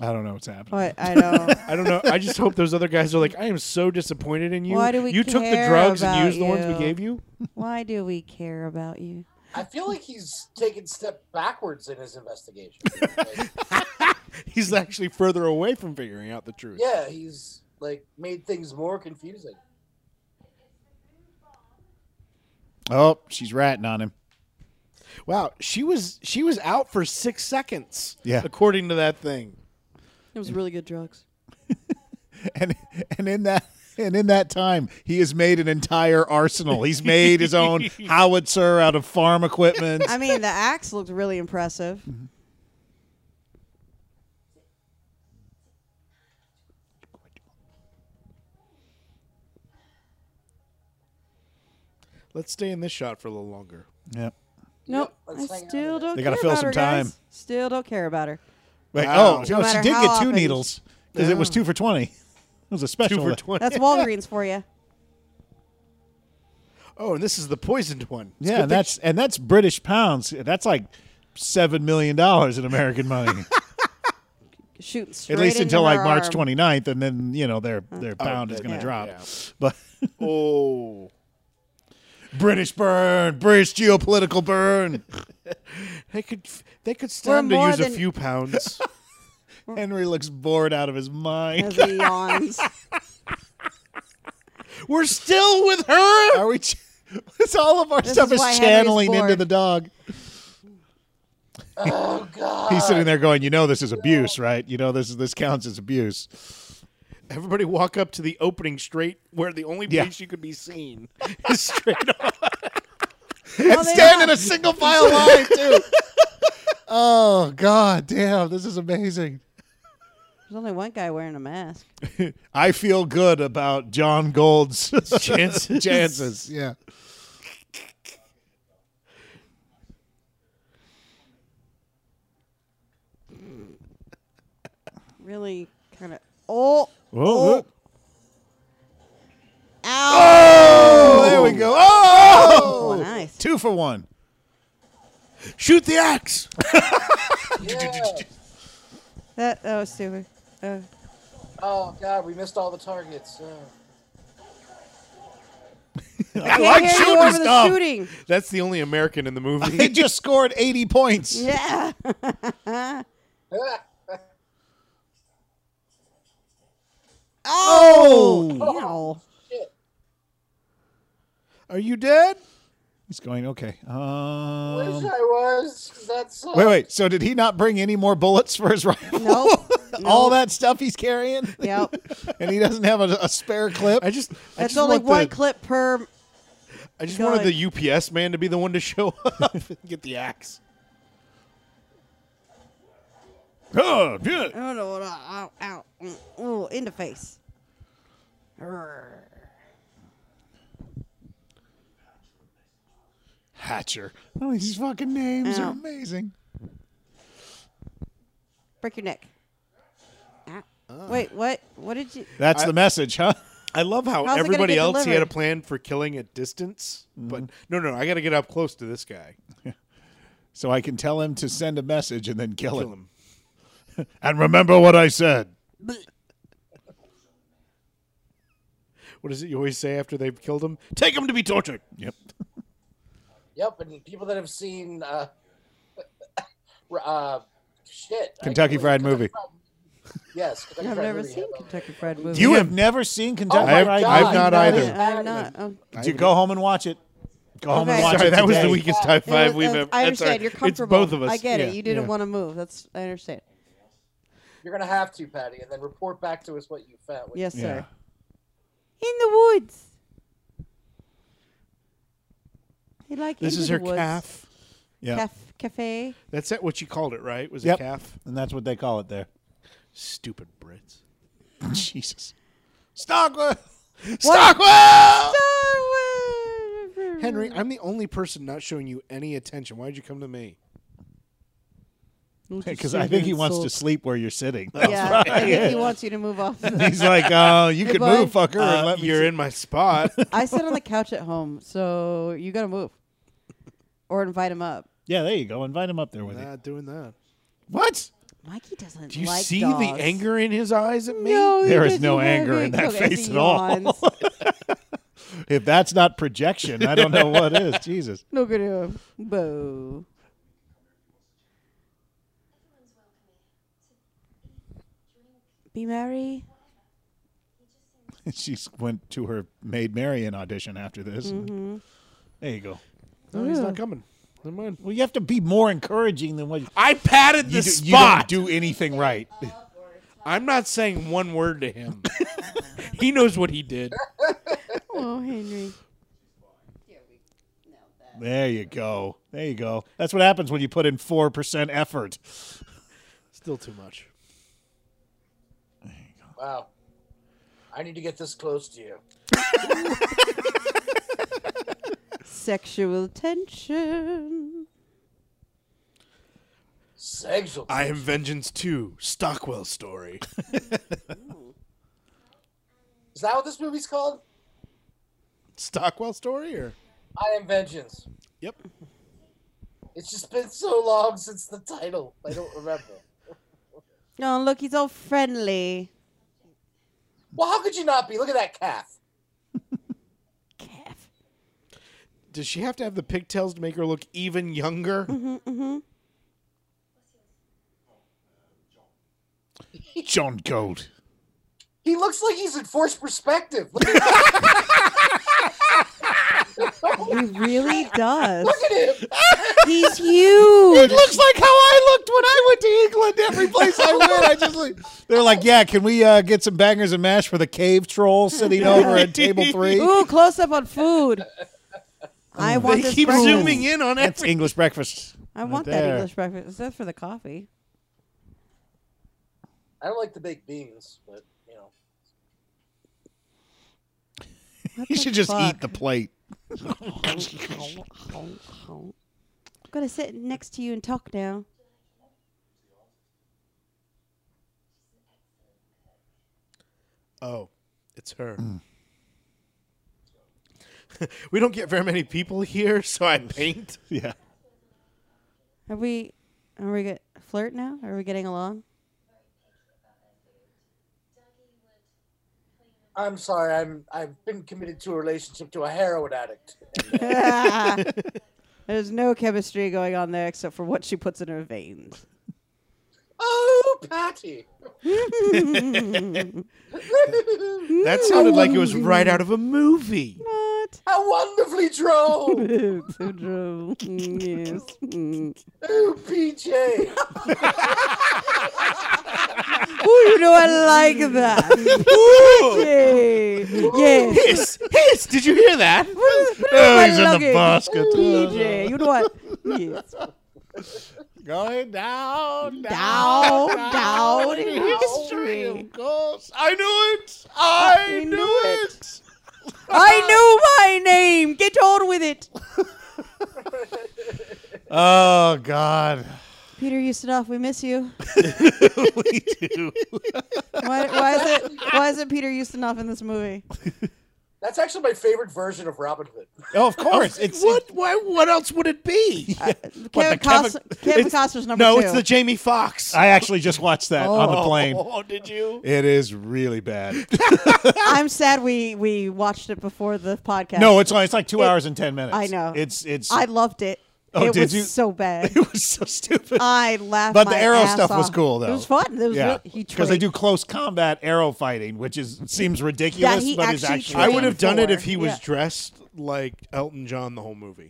A: I don't know what's happening.
E: What I know.
C: I don't know. I just hope those other guys are like, I am so disappointed in you.
E: Why do we
C: you took the
E: care
C: drugs
E: about
C: and used the ones we
E: you?"
C: gave you?
E: Why do we care about you?
B: I feel like he's taken step backwards in his investigation. Like,
C: He's actually further away from figuring out the truth.
B: yeah, he's like made things more confusing.
A: Oh, she's ratting on him.
C: Wow, she was she was out for six seconds.
A: Yeah.
C: according to that thing.
E: It was really good drugs.
A: and and in that and in that time he has made an entire arsenal he's made his own howitzer out of farm equipment
E: I mean, the axe looked really impressive.
C: Let's stay in this shot for a little longer.
A: yep.
E: Nope.
B: let's
E: I
B: hang on
E: still
B: to that.
E: don't.
A: They gotta
E: care
A: fill
E: about
A: some
E: her, guys.
A: time.
E: Still don't care about her.
A: Wait,
C: Wow.
A: oh
E: No
A: no, she
E: matter
A: did get
E: how
A: two
E: often-
A: needles because it was two for 20 it was a special
C: Two for twenty.
E: That's Walgreens for you.
C: Oh, and this is the poisoned one. It's
A: yeah
C: good
A: and that's and that's british pounds that's like seven million dollars in american money
E: Shooting straight
A: at least
E: into
A: until like
E: her
A: march
E: arm. Oh,
A: 29th and then you know their their pound is
C: good,
A: going to
E: yeah.
A: drop
C: yeah.
A: but
C: thing- Oh,
A: british burn british geopolitical burn
C: they could they could stand to
E: more
C: use a
E: than-
C: few pounds.
A: henry looks bored out of his mind
E: As he yawns.
C: We're still with her.
A: Are we? Ch- it's all of our
E: This
A: stuff
E: is
A: is,
E: why Henry's
A: channeling into
E: bored.
A: the dog.
B: Oh god.
A: He's sitting there going, "You know this is abuse, right? You know this is this counts as abuse."
C: Everybody walk up to the opening straight, where the only
A: Yeah.
C: place you could be seen is straight up.
A: and
E: they
A: stand
E: are.
A: in a single file line too. oh god, damn! This is amazing.
E: There's only one guy wearing a mask.
A: I feel good about John Gold's
C: Chances.
A: chances. Yeah.
E: Really kind of. Oh.
A: Oh,
E: Ow.
A: there we go. Oh,
E: Oh, nice.
A: two for one.
C: Shoot the axe.
B: Yeah.
E: That that was stupid. Uh,
B: Oh god, we missed all the targets. Oh.
A: I
E: can't
A: like
E: hear you
A: shooting
E: over
A: stuff.
E: the shooting.
C: That's the only American in the movie.
A: They just scored eighty points.
E: Yeah.
A: Oh.
E: Ow.
B: Shit.
C: Are you dead?
A: He's going okay.
B: Wish
A: Um,
B: I was. 'cause That's uh,
A: Wait, wait. So did he not bring any more bullets for his rifle?
E: Nope.
A: All
E: Nope.
A: that stuff he's carrying,
E: Yep.
A: and he doesn't have a, a spare clip.
C: I just I
E: That's
C: just
E: only
C: want
E: one
C: the,
E: clip per. oh,
C: I just
E: God.
C: wanted the UPS man to be the one to show up and get the axe.
A: Oh, yeah.
E: I don't know what. Ow. Ow. mm, Ooh, in the face. Grr.
A: Hatcher. Oh, these fucking names
E: Ow.
A: are amazing.
E: Break your neck. Ow. Wait, what? What did you?
A: That's the message, huh?
C: I love how
E: How's it gonna
C: everybody
E: get
C: else he had a
E: delivered?
C: plan for killing at distance, but no, no, I got to get up close to this guy.
A: So I can tell him to send a message and then kill, him.
C: Kill him.
A: And remember what I said.
C: What is it you always say after they've killed him? Take him to be tortured.
A: Yep.
B: Yep, and people that have seen uh, uh shit. I
A: Kentucky
B: can't-
A: Fried Movie.
B: Yes, Kentucky
E: I've
B: Fried
E: never
B: Movie.
E: seen Kentucky Fried movie.
A: You have never seen Kentucky
B: my
A: Fried
B: God.
A: Movie?
C: I've not
B: no,
C: either.
B: it's-
E: I'm not. Um, I'm,
A: You go home and watch it. Go home and
E: Okay.
A: watch
C: Sorry,
A: it.
C: that was the
A: today.
C: weakest high five
E: Uh,
C: we've
E: uh,
C: ever.
E: I
C: that's all
E: understand.
C: right.
E: You're comfortable.
C: It's both of us.
E: I get
C: Yeah,
E: it. You didn't
C: yeah.
E: want to move. That's I understand.
B: You're gonna have to, Patty, and then report back to us what you found.
E: Yes,
A: Yeah.
E: sir. In the woods. You like
C: This
E: into
C: is
E: the
C: her
E: woods.
C: calf.
A: Yeah.
E: Caf- cafe.
C: That's it, what you called it, right? Was
A: Yep.
C: a calf?
A: And that's what they call it there.
C: Stupid Brits.
A: Jesus. Stockwell.
E: What?
A: Stockwell.
C: Henry, I'm the only person not showing you any attention. Why'd you come to me?
A: Because I think he wants to sleep where you're sitting.
E: Yeah, I think he wants you to move off.
A: He's like, uh, you can
E: bud.
A: move, fucker,
C: Uh,
A: and let me.
C: you're
A: see-
C: in my spot.
E: I sit on the couch at home, so you gotta move, or invite him up.
A: Yeah, there you go. Invite him up there with you.
C: Not doing that.
A: What?
E: Mikey doesn't.
C: Do you
E: like
C: see
E: dogs.
C: the anger in his eyes at me?
E: No, he
A: There is
E: doesn't
A: no
E: have
A: anger
E: it.
A: in that
E: Okay,
A: face
E: he
A: at all.
E: yawns.
A: If that's not projection, I don't know what is. Jesus.
E: Look at him. Boo. Be merry.
A: She went to her Maid Marian audition after this.
E: Mm-hmm.
A: There you go.
C: No, he's not coming. Never mind.
A: Well, you have to be more encouraging than what you,
C: I patted the
A: you, do, you
C: spot.
A: don't do anything right.
C: I'm not saying one word to him. he knows what he did.
E: Oh, Henry.
A: There you go. There you go. That's what happens when you put in 4% effort.
C: Still too much.
B: Wow. I need to get this close to you.
E: Sexual tension.
B: Sexual.
C: I am Vengeance 2, Stockwell story.
B: Is that what this movie's called?
C: Stockwell story or?
B: I am Vengeance.
C: Yep.
B: It's just been so long since the title. I don't remember.
E: No, Oh, look, he's all friendly.
B: well, how could you not be? Look at that calf.
E: Calf.
C: Does she have to have the pigtails to make her look even younger?
A: John Gold.
B: He looks like he's in forced perspective. Look at,
E: He really does.
B: look at him.
E: He's huge.
A: looks like how I looked when I went to England. Every place I went, I just like, they're like, yeah, can we uh, get some bangers and mash for the cave troll sitting over at table three?
E: Ooh, close up on food. I want
C: They
E: this
C: keep
E: breakfast.
C: zooming in on
A: That's
C: everything.
A: English breakfast.
E: I
A: right
E: want that
A: there.
E: English breakfast. That's for the coffee.
B: I don't like the baked beans, but you know.
E: What
A: You
E: the
A: should just
E: fuck?
A: eat the plate.
E: I'm gonna sit next to you and talk now.
C: Oh, it's her. we don't get very many people here, so I paint.
A: Yeah.
E: Are we? Are we get flirt now? Are we getting along?
B: I'm sorry. I'm I've been committed to a relationship to a heroin addict.
E: There's no chemistry going on there except for what she puts in her veins.
B: Oh, Patty.
C: That sounded like it was right out of a movie.
E: What?
B: How wonderfully droll.
E: So true. Mm, yes. Mm.
B: Oh, PJ.
E: Ooh, you know I like that.
C: Ooh!
E: Yay. Yes.
C: hiss! Hiss! Did you hear that?
A: Oh,
E: my
A: he's in the
E: luggage.
A: basket.
E: PJ, you know what? Yes.
A: Going down,
E: Down, down in history.
A: Of course. I knew it. I,
E: I
A: knew,
E: knew
A: it.
E: I knew my name. Get on with it.
A: Oh, God.
E: Peter Ustinov, we miss you. Why, why is it? Why is it Peter Ustinov in this movie?
B: That's actually my favorite version of Robin Hood.
A: Oh, of course. It's,
C: What? Why? What else would it be? Uh,
E: Kevin,
A: the Kevin-
E: Costner, Kevin Costner's number
C: no,
E: two.
C: it's the Jamie Fox.
A: I actually just watched that on the plane.
C: Oh, did you?
A: It is really bad.
E: I'm sad we we watched it before the podcast.
A: No, it's only, it's like two
E: It-
A: hours and ten minutes.
E: I know.
A: It's it's
E: I loved it.
A: Oh,
E: it
A: did
E: was
A: you?
E: so bad.
A: it was so stupid.
E: I laughed.
A: but the
E: my
A: arrow
E: ass
A: stuff was
E: off.
A: cool though.
E: It was fun. It was
A: yeah,
E: really, he
A: they
E: trained-
A: do close combat arrow fighting, which is seems ridiculous,
E: he
A: but is
E: actually
A: actually
C: I would have done it
E: Four.
C: if he was
E: Yeah.
C: dressed like Elton John the whole movie.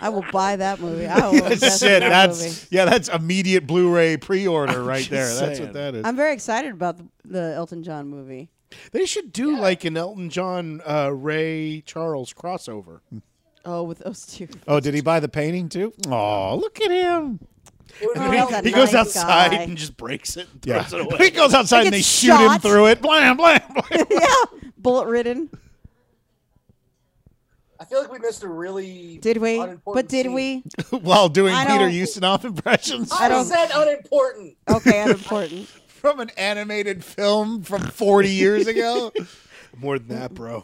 E: I will buy that movie. I will invest in
A: Shit,
E: that
A: that's
E: movie.
A: yeah, that's immediate Blu-ray pre-order right
C: just
A: there. That's
C: saying.
A: what that is.
E: I'm very excited about the, the Elton John movie.
C: they should do like an Elton John uh, Ray Charles crossover.
E: Oh, with those two.
A: oh, did he buy the painting too? Oh, look at him!
B: It would
E: Oh,
B: be
E: that
C: he goes
E: nice
C: outside
E: guy.
C: and just breaks it and
A: Yeah,
C: throws it away.
A: he goes outside and they
E: gets
A: shoot him
E: shot.
A: through it. Blam, blam, blam.
E: yeah, bullet ridden.
B: I feel like we missed a really
E: Did we?
B: unimportant
E: But did
B: scene.
E: we?
A: While doing
E: I
A: Peter
E: don't-
A: Ustinov impressions
B: I,
E: don't-
B: said unimportant.
E: Okay, unimportant.
A: from an animated film from 40 years ago.
C: More than that, bro.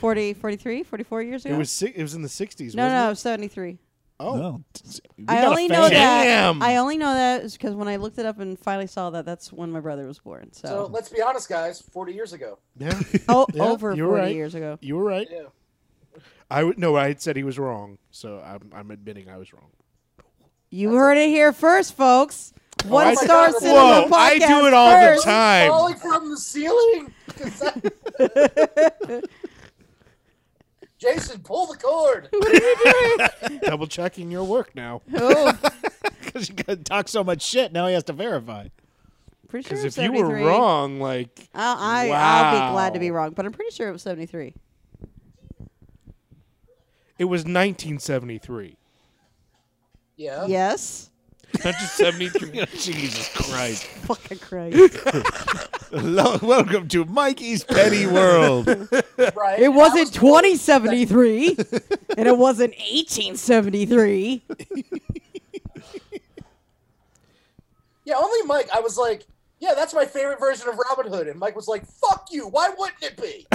E: 40, 43, 44 years ago.
C: It was si- it was in the sixties.
E: no, no, 73.
C: It? Oh,
A: Well, t- we
E: I
A: got a
E: only
A: fan.
E: know that.
C: Damn.
E: I only know that is because when I looked it up and finally saw that, that's when my brother was born.
B: So
E: So,
B: let's be honest, guys. Forty years ago.
C: yeah.
E: oh,
C: Yeah,
E: over
C: you
E: forty
C: were right.
E: years ago.
C: You were right.
B: Yeah.
C: I would no. I had said he was wrong, so I'm, I'm admitting I was wrong.
E: You heard it here first, folks.
B: Oh
E: One
C: I-
E: star
B: Whoa,
E: cinema podcast.
C: I do it all the
E: first. Oh,
C: time. Time.
B: Falling from the ceiling. Jason, pull the cord.
C: Double checking your work now.
E: Oh,
A: because you gotta talk so much shit. Now he has to verify.
E: pretty sure
C: Because
E: it was
C: if you were
E: 73.
C: wrong, like
E: I'll, I, I'll be glad to be
C: Wow.
E: wrong, but I'm pretty sure it was 73.
C: it was 1973,
B: Yeah.
E: Yes.
C: not just 73.
A: Jesus Christ!
E: Fucking Christ.
A: Hello, Welcome to Mikey's Petty World.
B: Right.
E: It
B: And I
E: wasn't
B: was-
E: 2073, and it wasn't 1873.
B: Yeah, only Mike. I was like, yeah, that's my favorite version of Robin Hood, and Mike was like, fuck you. Why wouldn't it be?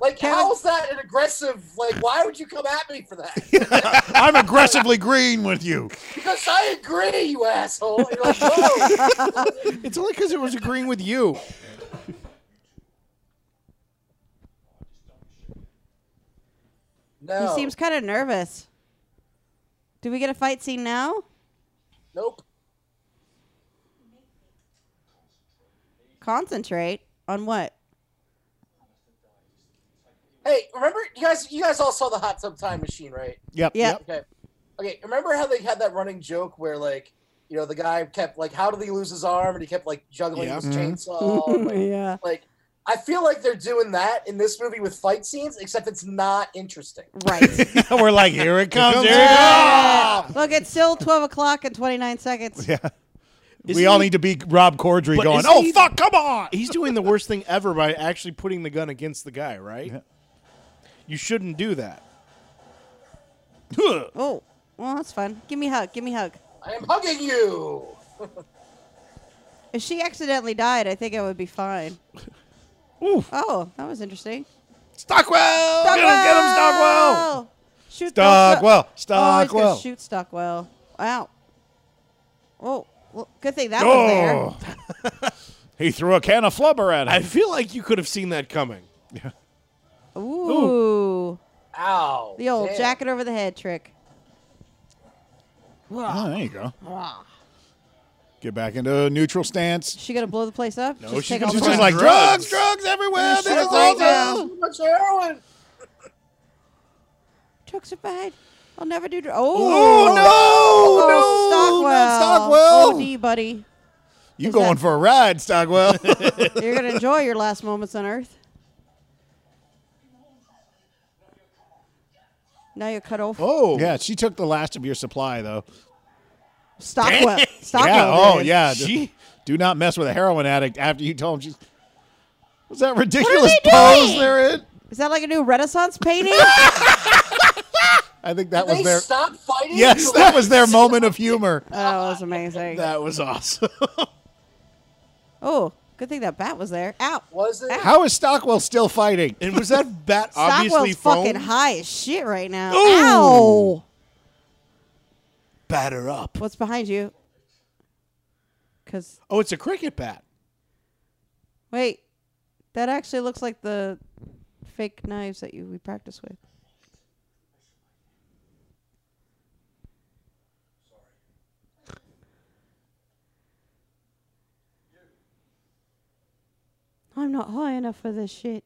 B: like, how is that an aggressive? Like, why would you come at me for that?
A: I'm aggressively green with you.
B: Because I agree, you asshole. You're like, whoa.
C: it's only because it was agreeing with you.
B: No. Oh.
E: He seems kind of nervous. Do we get a fight scene now?
B: Nope.
E: Concentrate on what?
B: Hey, remember you guys? You guys all saw the hot tub time machine, right?
A: Yep.
E: Yeah.
A: Yep.
B: Okay. Okay. Remember how they had that running joke where like, you know, the guy kept like, how did he lose his arm? And he kept like juggling
C: Yeah.
B: his chainsaw. like,
E: Mm-hmm. yeah.
B: like, I feel like they're doing that in this movie with fight scenes, except it's not interesting.
E: Right.
A: We're like, here it comes.
C: comes.
A: Here it comes.
E: Look, it's still 12 o'clock and 29 seconds.
A: Yeah.
C: Isn't
A: we all
C: he-
A: need to be Rob Corddry
C: But
A: going,
C: isn't
A: oh,
C: he-
A: fuck, come on.
C: He's doing the worst thing ever by actually putting the gun against the guy. Right? You shouldn't do that.
E: Oh, well, that's fun. Give me a hug. Give me a hug.
B: I am hugging you.
E: If she accidentally died, I think I would be fine.
A: Ooh.
E: Oh, that was interesting.
A: Stockwell! Get him, get him, Stockwell!
E: Shoot
A: Stockwell!
E: Oh, he's
A: Stockwell.
E: gonna shoot Stockwell. Wow. Oh, well, good thing that was there.
A: Oh. he threw a can of flubber at
C: I
A: him.
C: feel like you could have seen that coming.
E: Ooh.
B: Ow.
E: The old
B: damn.
E: jacket over the head trick.
A: oh, there you go. Get back into a neutral stance.
E: She gonna blow the place up? No,
C: she's
E: take
C: gonna
E: all the
A: She's
C: Find
A: just like, drugs,
C: drugs.
A: drugs everywhere.
E: Shut
A: This is
E: it
A: all
E: down.
A: drugs."
B: Too much heroin.
E: Drugs are bad. I'll never do. Dr-
A: Oh,
E: oh
A: no!
E: Oh,
A: no,
E: Stockwell.
A: not Stockwell.
E: OD, buddy.
A: You
E: Is
A: going
E: that-
A: for a ride, Stockwell.
E: You're gonna enjoy your last moments on Earth. Now you're cut off.
C: Oh,
A: yeah, she took the last of your supply, though.
E: Stockwell. Stockwell.
A: yeah,
E: there
A: oh,
E: it is.
A: yeah.
C: She-
A: do not mess with a heroin addict after you told him she's. Was that ridiculous
E: they
A: pose
E: doing?
A: they're in?
E: Is that like a new Renaissance painting? Oh,
A: I think that
B: They
A: was their.
B: stopped fighting.
A: Yes, that was their moment of humor.
E: that was amazing.
C: that was awesome.
E: Oh, good thing that bat was there. Ow.
B: Was it?
A: How is Stockwell still fighting?
C: and was that bat obviously
E: Stockwell's fucking
C: foam?
E: high as shit right now. Ow.
C: Batter up.
E: What's behind you? Because,
C: Oh, it's a cricket bat.
E: wait, that actually looks like the fake knives that you we practice with. I'm not high enough for this shit.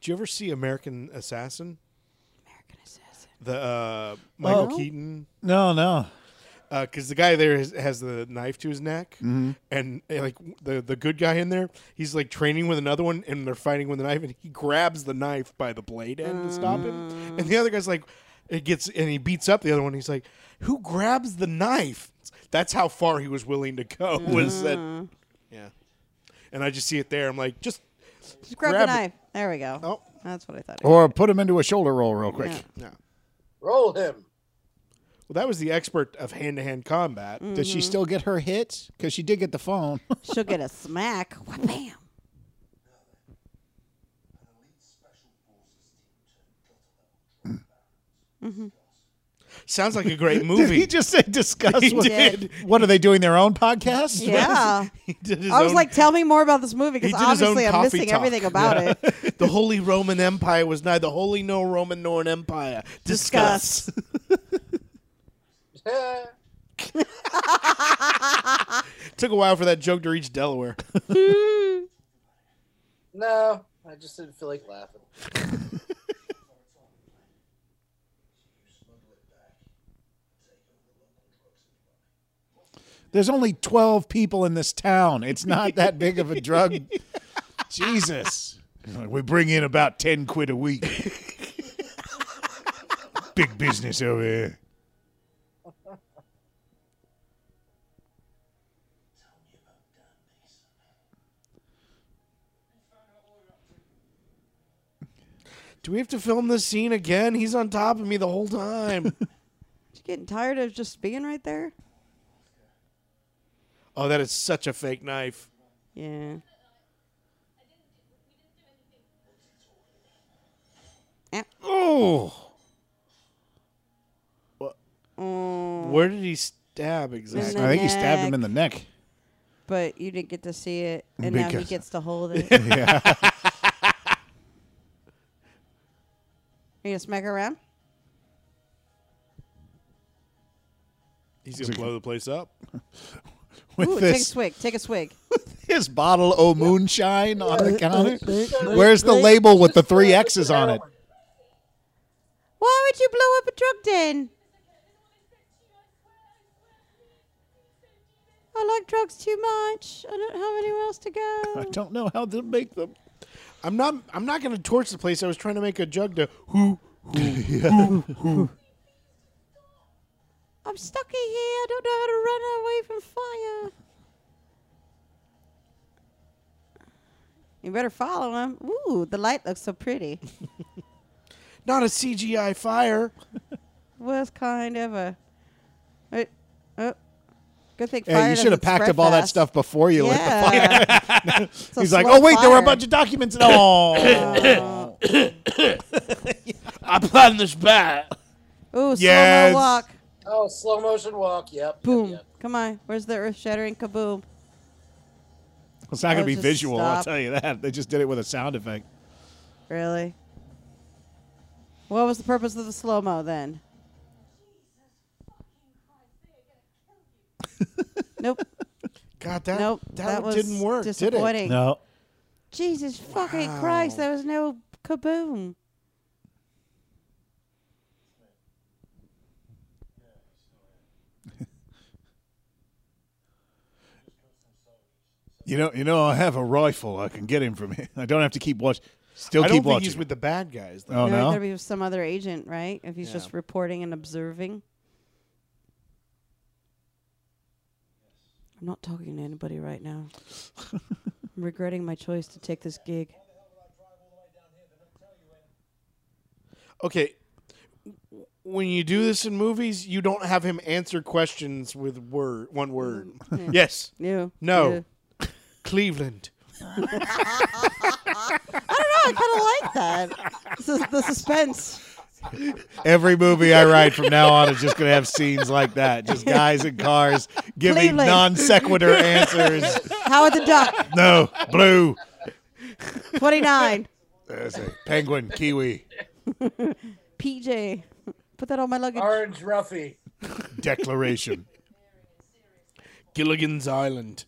C: Did you ever see American Assassin?
E: American Assassin.
C: The uh, Michael
E: Oh.
C: Keaton,
A: No, no.
C: because Uh, the guy there has, has the knife to his neck,
E: Mm-hmm.
C: and, uh, like w- the the good guy in there, he's like training with another one, and they're fighting with a knife, and he grabs the knife by the blade end to stop him, and
E: Mm.
C: the other guy's like, it gets, and he beats up the other one. He's like, who grabs the knife? That's how far he was willing to go. Was
E: Mm.
C: that? Yeah, and I just see it there. I'm like, just
E: Just grab,
C: Grab it.
E: the knife. There we go.
C: Oh.
E: That's what I thought.
A: Or put him into a shoulder roll real quick.
E: Yeah.
C: no.
B: Roll him.
C: Well, that was the expert of hand to hand combat.
E: Mm.
A: Did she still get her hit? Because she did get the phone.
E: She'll get a smack. Wha-bam.
C: Sounds like a great
A: did
C: movie.
A: he just say discuss?
C: He
A: what,
C: did.
A: what are they doing? Their own podcast?
E: Yeah.
C: He did his
E: I was
C: own-
E: like, tell me more about this movie
C: he
E: because
C: did his own
E: obviously I'm
C: coffee
E: missing
C: talk.
E: everything about
C: Yeah.
E: it.
C: the Holy Roman Empire was neither holy nor Roman nor an empire. Discuss.
E: Discuss.
C: Took a while for that joke to reach Delaware.
B: no, I just didn't feel like laughing.
A: There's only 12 people in this town. It's not that big of a drug. Jesus. We bring in about 10 quid a week. big business over here.
C: Do we have to film this scene again? He's on top of me the whole time.
E: You getting tired of just being right there?
C: oh, that is such a fake knife.
E: Yeah. Eh,
A: Oh.
C: Where did he stab exactly?
E: Isn't
A: I think he stabbed him in the neck.
E: But you didn't get to see it, and now he
A: Because-
E: gets to hold it. Are you gonna smack her around?
C: He's gonna blow the place up.
A: With
E: Ooh, take a
A: this,
E: swig. Take a swig.
A: his bottle o' moonshine on the counter.
E: Blink,
A: Where's the
E: blink.
A: label with the three X's on it?
E: Why would you blow up a drug den? I like drugs too much. I don't have anywhere else to
A: I
E: go.
A: don't know how to make them.
C: I'm not. I'm not gonna torch the place. I was trying to make a jug to who.
E: I'm stuck in here. I don't know how to run away from fire. You better follow him. Ooh, the light looks so pretty.
C: Not a CGI fire.
E: was kind of a. It, oh, good thing.
A: Yeah,
E: fire
A: you should have
E: doesn't
A: packed
E: spread
A: up all that
E: fast.
A: stuff before you lit the fire.
E: Yeah. It's a
A: He's like,
E: slow
A: oh, wait, there were a
E: fire.
A: bunch of documents. And oh.
C: I planned this bat.
E: Ooh, slow
A: Yes.
E: mo walk.
B: Oh, slow motion walk. Yep.
E: Boom.
B: Yep,
E: Come on. Where's the earth shattering kaboom?
A: It's not
E: That
A: going to be
E: was just
A: visual, I'll
E: stop.
A: tell you that. They just did it with a sound effect.
E: Really? What was the purpose of the slow mo then? nope.
C: God, that
E: Nope.
C: that,
E: That, was
C: didn't work. Did it?
E: Disappointing.
A: No.
E: Jesus fucking Christ! There was no kaboom.
A: You know, you know, I have a rifle. I can get him from here. I don't have to keep watching. Still
C: I don't
A: keep
C: think
A: watching.
C: he's with the bad guys. Though.
A: oh
E: no,
A: no!
E: to be with some other agent, right? If he's
C: Yeah.
E: just reporting and observing. I'm not talking to anybody right now. I'm regretting my choice to take this gig.
C: Okay. When you do this in movies, you don't have him answer questions with word one word.
E: Mm.
C: yes.
E: No.
C: No. Cleveland.
E: I kind of like that. This is the suspense.
A: Every movie I write from now on is just going to have scenes like that. Just guys in cars giving
E: Cleveland.
A: non sequitur answers.
E: Howard the Duck,
A: no, blue.
E: 29.
A: That's it. Penguin, kiwi,
E: PJ. Put that on my luggage.
B: yep. Orange Ruffy.
A: declaration.
C: Gilligan's Island.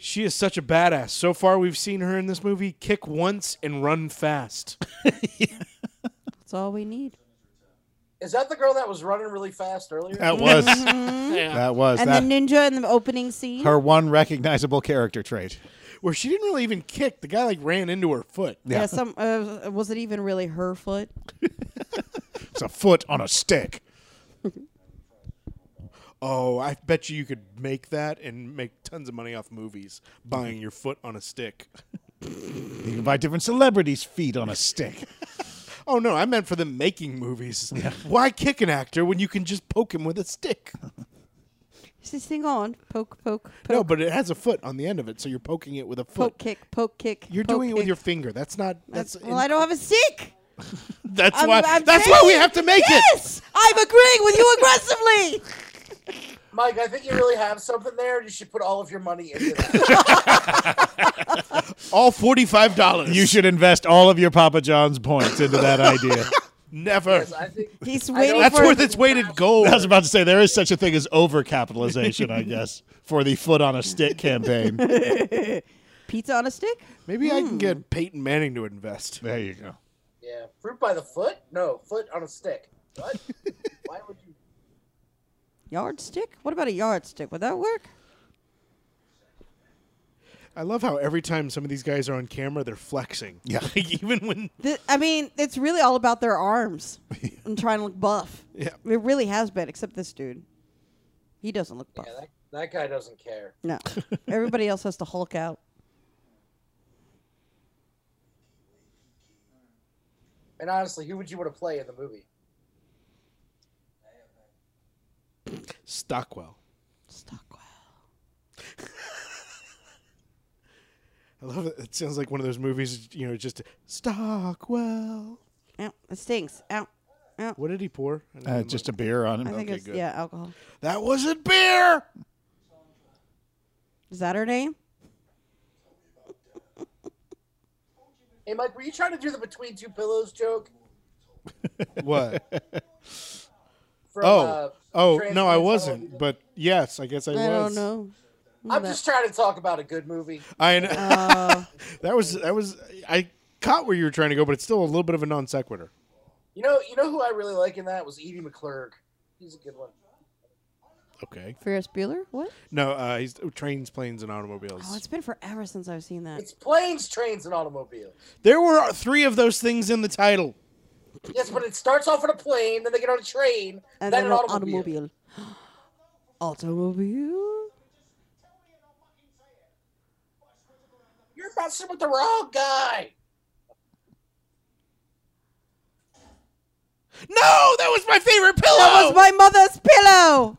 C: she is such a badass. So far, we've seen her in this movie kick once and run fast.
E: That's all we need.
B: Is that the girl that was running really fast earlier?
A: That was. That was.
E: Mm-hmm. And the
A: that,
E: ninja in the opening scene.
A: her one recognizable character trait.
C: Where she didn't really even kick. The guy like ran into her foot.
E: yeah. some uh, was it even really her foot?
A: It's a foot on a stick.
C: Oh, I bet you you could make that and make tons of money off movies buying your foot on a stick.
A: You can buy different celebrities' feet on a stick.
C: Oh no, I meant for them making movies. Why kick an actor when you can just poke him with a stick?
E: Is this thing on? Poke, poke, poke.
C: No, but it has a foot on the end of it, so you're poking it with a foot.
E: poke, kick, poke, kick.
C: You're
E: poke,
C: doing it with
E: kick.
C: your finger. That's not. That's
E: well, I don't have a stick.
C: that's
E: I'm-
C: why.
E: I'm
C: that's why we
E: saying-
C: have to make it.
E: Yes, I'm agreeing with you aggressively.
B: Mike, I think you really have something there. You should put all of your money into that.
C: All forty-five dollars.
A: You should invest all of your Papa John's points into that idea.
C: never.
B: I think
E: He's
B: I
E: waiting
B: don't-
C: That's
E: for.
C: worth its weight in gold.
A: I was about to say there is such a thing as overcapitalization, I guess, for the foot on a stick campaign.
E: Pizza on a stick?
C: Maybe I
E: Hmm.
C: can get Peyton Manning to invest.
A: There you go.
B: Yeah, fruit by the foot? No, foot on a stick. What? Why would you?
E: Yardstick? What about a yardstick? Would that work?
C: I love how every time some of these guys are on camera, they're flexing. Yeah, even when
E: Th I mean, it's really all about their arms and trying to look buff.
C: Yeah.
E: It really has been, except this dude. He doesn't look buff.
B: Yeah, that, that guy doesn't care.
E: No. Everybody else has to hulk out.
B: And honestly, who would you want to play in the movie?
C: Stockwell.
E: Stockwell.
C: I love it. It sounds like one of those movies. You know, just Stockwell.
E: Ow. It stinks. Ow. Ow.
C: What did he pour? I don't
A: Uh,
C: remember.
A: just a beer on
E: I
A: him.
E: think it's, yeah, alcohol.
C: that wasn't beer.
E: Is that her name?
B: Hey, Mike, were you trying to do the between two pillows joke?
C: What?
B: From,
C: Oh,
B: uh,
C: oh
B: Trans-
C: no, I
B: Trans-
C: wasn't. But yes, I guess I,
E: I,
C: was.
E: don't know.
B: I'm just trying to talk about a good movie.
C: I know.
E: Uh.
C: that was that was. I caught where you were trying to go, but it's still a little bit of a non sequitur.
B: You know, you know who I really like in that was Edie McClurg. He's a good one.
C: Okay.
E: Ferris Bueller? What?
C: No, uh, he's trains, planes, and automobiles.
E: Oh, it's been forever since I've seen that.
B: It's planes, trains, and automobiles.
C: there were three of those things in the title.
B: Yes, but it starts off on a plane, then they get on a train,
E: And
B: then
E: then
B: an automobile.
E: automobile. automobile?
B: You're messing with the wrong guy.
C: No, that was my favorite pillow.
E: That was my mother's pillow.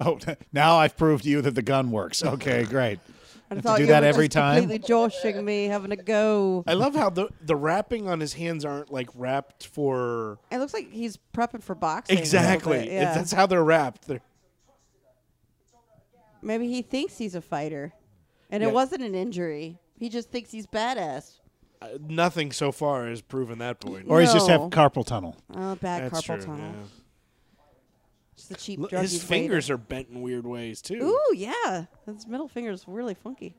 A: Oh, now I've proved to you that the gun works. Okay, great.
E: I
A: Have to
E: thought
A: do
E: you
A: that
E: were
A: every
E: just
A: time?
E: Completely joshing me, having a go.
C: I love how the the wrapping on his hands aren't like wrapped for
E: It looks like he's prepping for boxing. a little
C: exactly.
E: bit,
C: If
E: Yeah.
C: That's how they're wrapped. They're,
E: Maybe he thinks he's a fighter, and
C: Yeah.
E: it wasn't an injury. He just thinks he's badass.
C: uh, nothing so far has proven that point.
A: Or he's just have
E: No.
A: carpal tunnel.
E: Oh, bad
C: That's
E: carpal
C: true,
E: tunnel.
C: yeah.
E: It's the cheap
C: Look,
E: drug.
C: His
E: he's
C: fingers are bent in weird ways too.
E: waiting. Ooh, yeah. His middle finger's really funky.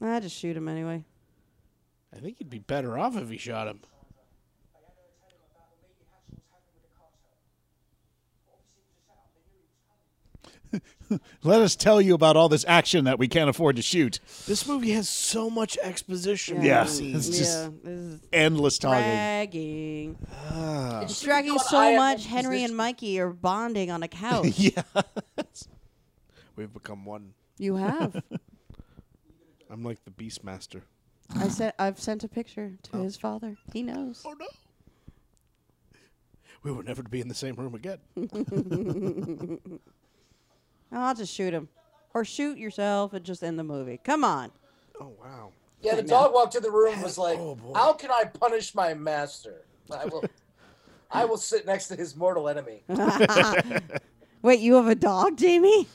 E: I just shoot him anyway.
C: I think he'd be better off if he shot him.
A: Let us tell you about all this action that we can't afford to shoot.
C: This movie has so much exposition.
A: Yeah.
C: in these
A: It's
C: scenes.
A: just-
E: Mm, yeah, this is
A: Endless talking.
E: dragging.
A: Oh.
B: It
E: It's
B: should be
E: dragging
B: called
E: so
B: I Am
E: much.
B: Opposition.
E: Henry and Mikey are bonding on a couch.
A: Yeah.
C: we've become one.
E: you have.
C: I'm like the Beastmaster.
E: I sent. I've sent a picture to his father. He knows.
C: Oh no. We will never be in the same room again.
E: Hmm. Oh, I'll just shoot him, or shoot yourself and just end the movie. Come on.
C: Oh wow.
B: Yeah, the dog walked in the room and was
A: Oh,
B: like, "How can I punish my master? I will, I will sit next to his mortal enemy."
E: Wait, you have a dog, Jamie?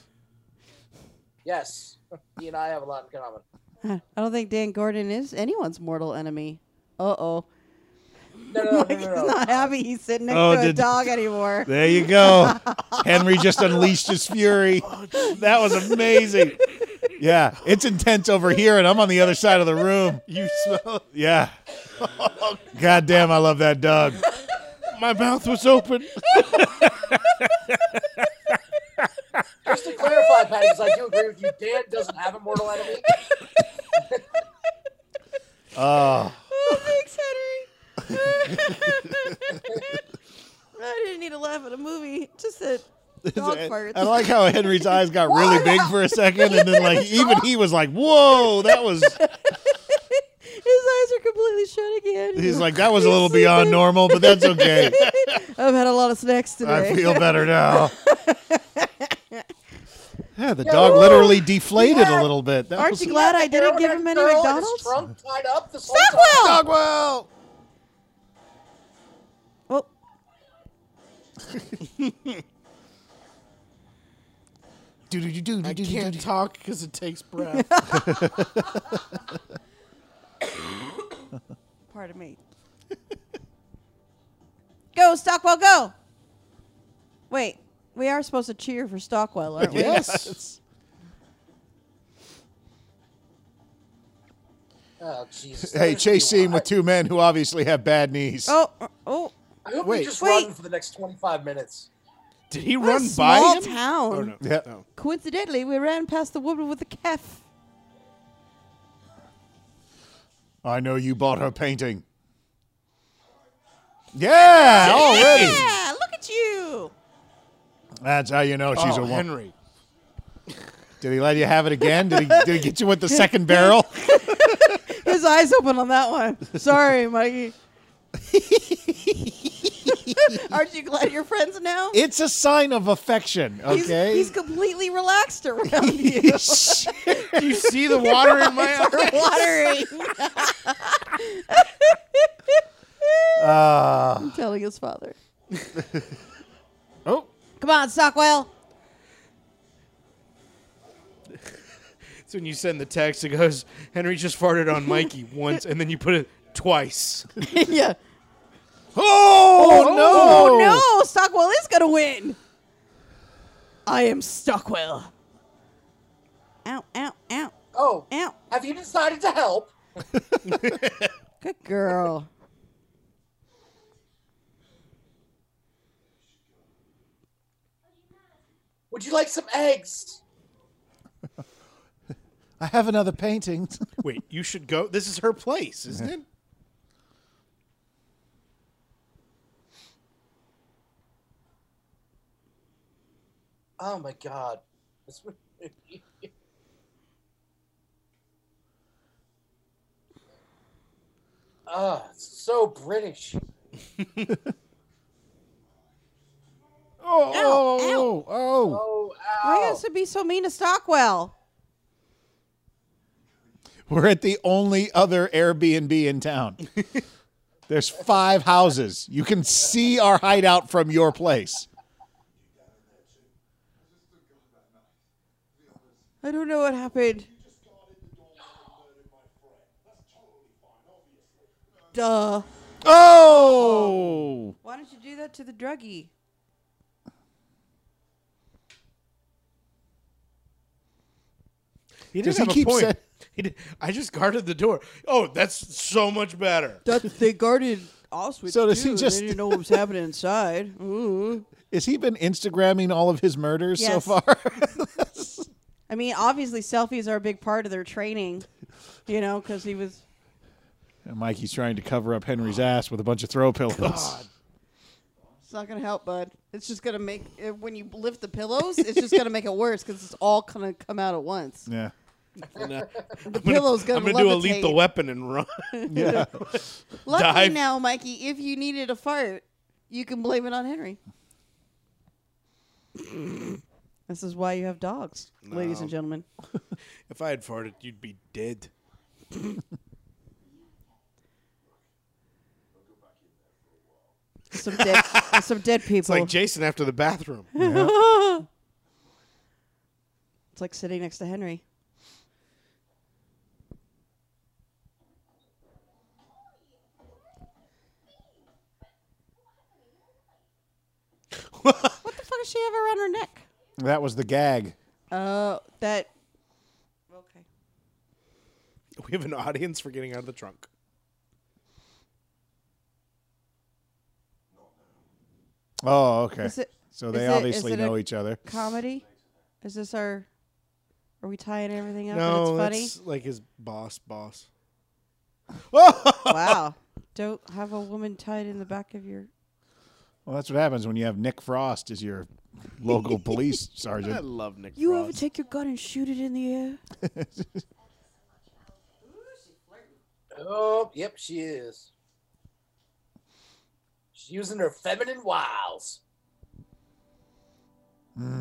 B: Yes, he and I have a lot in common.
E: I don't think Dan Gordon is anyone's mortal enemy. Uh oh.
B: No, no, no, no,
E: He's
B: no, no.
E: not happy he's sitting next
A: uh, Oh,
E: to a
A: did-
E: dog anymore.
A: There you go. Henry just unleashed his fury. that was amazing. Yeah, it's intense over here, and I'm on the other side of the room.
C: You smell
A: Yeah. God damn, I love that dog.
C: my mouth was open.
B: Just to clarify, Patty, because I do agree with you. Dan doesn't have a mortal enemy.
E: Oh, thanks, Henry. laugh at a movie. Just a dog farts.
A: I like how Henry's eyes got really big for a second, and then like even he was like, "Whoa, that was."
E: His eyes are completely shut again.
A: He's like, "That was a little beyond normal, but that's okay.
E: I've had a lot of snacks today.
A: I feel better now." Yeah, the dog
E: Ooh.
A: literally deflated a
B: Yeah.
A: little bit. That
E: Aren't
A: was
E: you glad I didn't give him any McDonald's?
B: Trump tied up this whole time.
E: Stockwell!
A: Dogwell.
E: Well,
C: I can't talk because it takes breath.
E: pardon me. go, Stockwell, go! Wait, we are supposed to cheer for Stockwell, aren't we?
C: yes.
B: Oh, Jesus.
A: Hey,
B: There's
A: chase
B: you.
A: scene with two men who obviously have bad knees.
E: Oh, uh, oh.
B: I hope
C: Wait.
B: we just
E: Wait.
B: run for the next 25 minutes.
C: Did he
E: What a
C: run by
E: small
C: him?
E: town.
C: Oh no.
A: Yeah.
C: Oh.
E: Coincidentally, we ran past the woman with the calf.
A: I know you bought her painting. Yeah, already.
E: Yeah, look at you!
A: That's how you know she's
C: Oh,
A: a woman.
C: Henry.
A: Did he let you have it again? Did he, did he get you with the second barrel?
E: His eyes open on that one. Sorry, Mikey. Aren't you glad you're friends now?
A: It's a sign of affection,
E: He's-
A: okay?
E: He's, completely relaxed around you.
C: Do you see the water in my eye?
E: Watering.
A: Uh,
E: I'm telling his father.
C: Oh.
E: Come on, Stockwell.
C: It's when you send the text. It goes, Henry just farted on Mikey once, and then you put it twice.
E: yeah.
A: oh,
E: Oh
A: no!
E: no, Stockwell is gonna win. I am Stockwell. Ow, ow, ow,
B: Oh,
E: ow.
B: have you decided to help?
E: Good girl.
B: Would you like some eggs?
A: I have another painting.
C: Wait, you should go. This is her place, isn't it?
B: Oh, my God. This movie- Ah, it's so British.
A: oh,
E: ow.
A: oh, oh.
B: Oh,
E: Why you
B: ow.
E: guys to be so mean to Stockwell?
A: We're at the only other Airbnb in town. There's five houses. You can see our hideout from your place.
E: I don't know what happened. Duh.
A: Oh!
E: Why don't you do that to the druggie?
C: He
A: Does he
C: didn't have a
A: keep
C: point.
A: saying-
C: He did- I just guarded the door. Oh, that's so much better.
E: That's they guarded Auschwitz.
A: So does he too. They just-
E: didn't
A: didn't
E: know what was happening inside?
A: Has he been Instagramming all of his murders so
E: Yes.
A: far?
E: I mean, obviously, selfies are a big part of their training. You know, because he was.
A: and Mikey's trying to cover up Henry's ass with a bunch of throw pillows.
E: It's not gonna help, bud. It's just gonna make uh, when you lift the pillows, it's just gonna make it worse because it's all gonna come out at once.
A: Yeah.
E: The pillow's gonna.
C: I'm gonna do a
E: levitate.
C: lethal weapon and run.
A: Yeah.
E: Luckily
C: dive.
E: now, Mikey, if you needed a fart, you can blame it on Henry. this is why you have dogs, ladies and gentlemen.
C: if I had farted, you'd be dead.
E: Some dead, some dead people.
C: It's like Jason after the bathroom.
E: It's like sitting next to Henry. what the fuck does she have around her neck?
A: that was the gag.
E: Oh, that. Okay.
C: we have an audience for getting out of the trunk.
A: Oh, okay.
E: Is it-
A: so
E: is
A: they
E: it- is
A: obviously
E: it a-
A: know each other.
E: Comedy? Is this our. Are we tying everything up
C: no,
E: and it's
C: that's like his boss, boss.
E: funny? wow. Don't have a woman tied in the back of your
A: Well, that's what happens when you have Nick Frost as your local police
C: I
A: sergeant.
C: love Nick
E: You ever
C: Frost.
E: take your gun and shoot it in the air?
B: Oh, yep, she is. She's using her feminine wiles.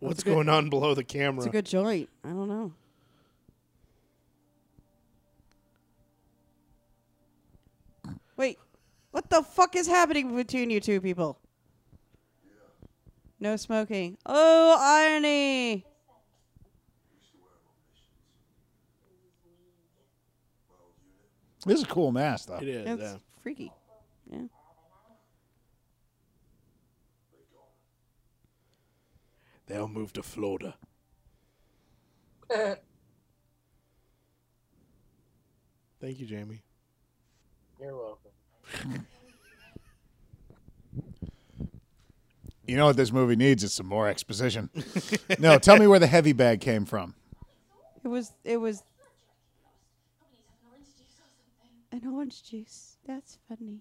C: What's going on below the camera?
E: It's a good joint. I don't know. Wait, what the fuck is happening between you two people? No smoking. Oh, irony.
A: This is a cool mask, though.
C: it is.
E: That's
C: yeah.
E: freaky. Yeah.
C: They'll move to Florida. Thank you, Jamie.
B: You're welcome.
A: You know what this movie needs is some more exposition. no, tell me where the heavy bag came from.
E: It was. It was. An orange juice. That's funny.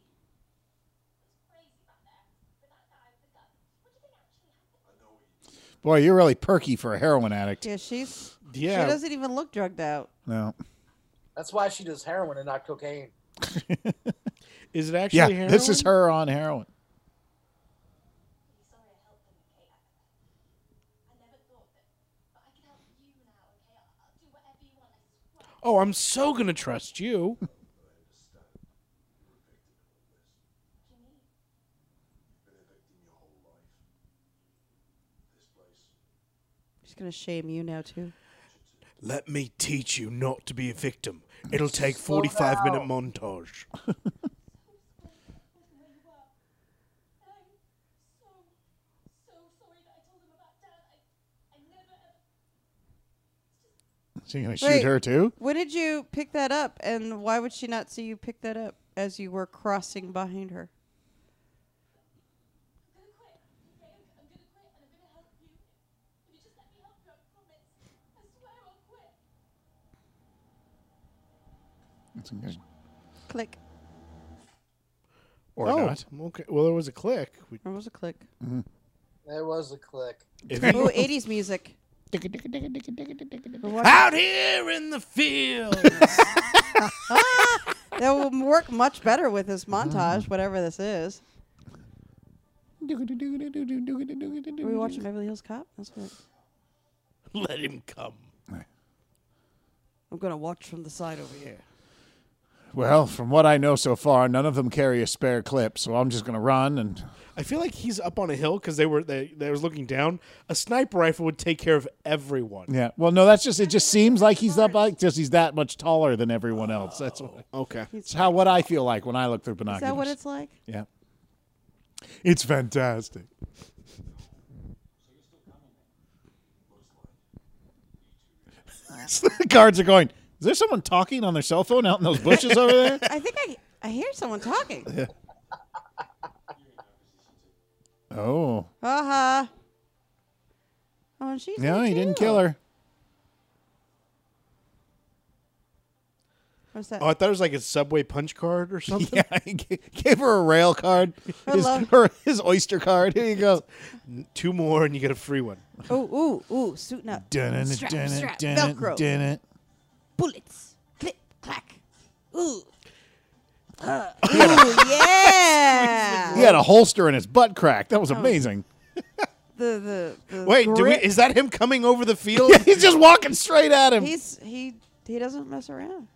A: Boy, you're really perky for a heroin addict.
E: Yeah, she's.
C: Yeah.
E: She doesn't even look drugged out.
A: No.
B: That's why she does heroin and not cocaine.
C: Is it actually
A: Yeah,
C: heroin?
A: this is her on heroin.
C: Oh, I'm so gonna trust you.
E: She's gonna shame you now too.
C: Let me teach you not to be a victim. It'll take
B: Slow
C: 45 minute
B: down.
C: montage.
A: Is he going to
E: Wait.
A: shoot her, too?
E: When did you pick that up, and why would she not see you pick that up as you were crossing behind her? Click.
A: Or
C: oh,
A: not.
C: Okay. Well, there was a click. We,
E: Or was it click?
B: There was a click.
C: if
E: Oh, 80s music.
C: out here in the field.
E: That will work much better with this montage, whatever this is. Are we watching Beverly Hills Cop? That's what.
C: Let him come.
E: I'm gonna watch from the side over here.
A: Well, from what I know so far, none of them carry a spare clip, so I'm just going to run and
C: I feel like he's up on a hill because they were they, they was looking down. A sniper rifle would take care of everyone.
A: yeah. Well, no, that's just it. Just seems like he's that like just he's that much taller than everyone else. That's what,
C: Okay.
A: it's how what I feel like when I look through binoculars.
E: Is that what it's like?
A: Yeah. It's fantastic. the guards are going. Is there someone talking on their cell phone out in those bushes over there?
E: I think I I hear someone talking.
A: Oh,
E: Uh huh. Oh, and she's
A: no,
E: there
A: he didn't
E: too.
A: kill her.
E: What's that?
C: Oh, I thought it was like a subway punch card or something.
A: Yeah, he ga- gave her a rail card,
E: I
A: his,
E: love-
A: her, his oyster card. Here you go.
C: Two more and you get a free one.
E: Oh, ooh, ooh, suiting up.
A: Dun it,
E: Strap,
A: dun it,
E: strap,
A: dun it,
E: Velcro.
A: dun it.
E: Bullets. Clip, clack. Ooh. ooh, yeah.
A: He had a holster in his butt crack. That was
E: Oh.
A: amazing.
E: The, the, the
C: Wait, do we,
E: grip.
C: is that him coming over the field?
A: Yeah, he's just walking straight at him.
E: He's he he doesn't mess around.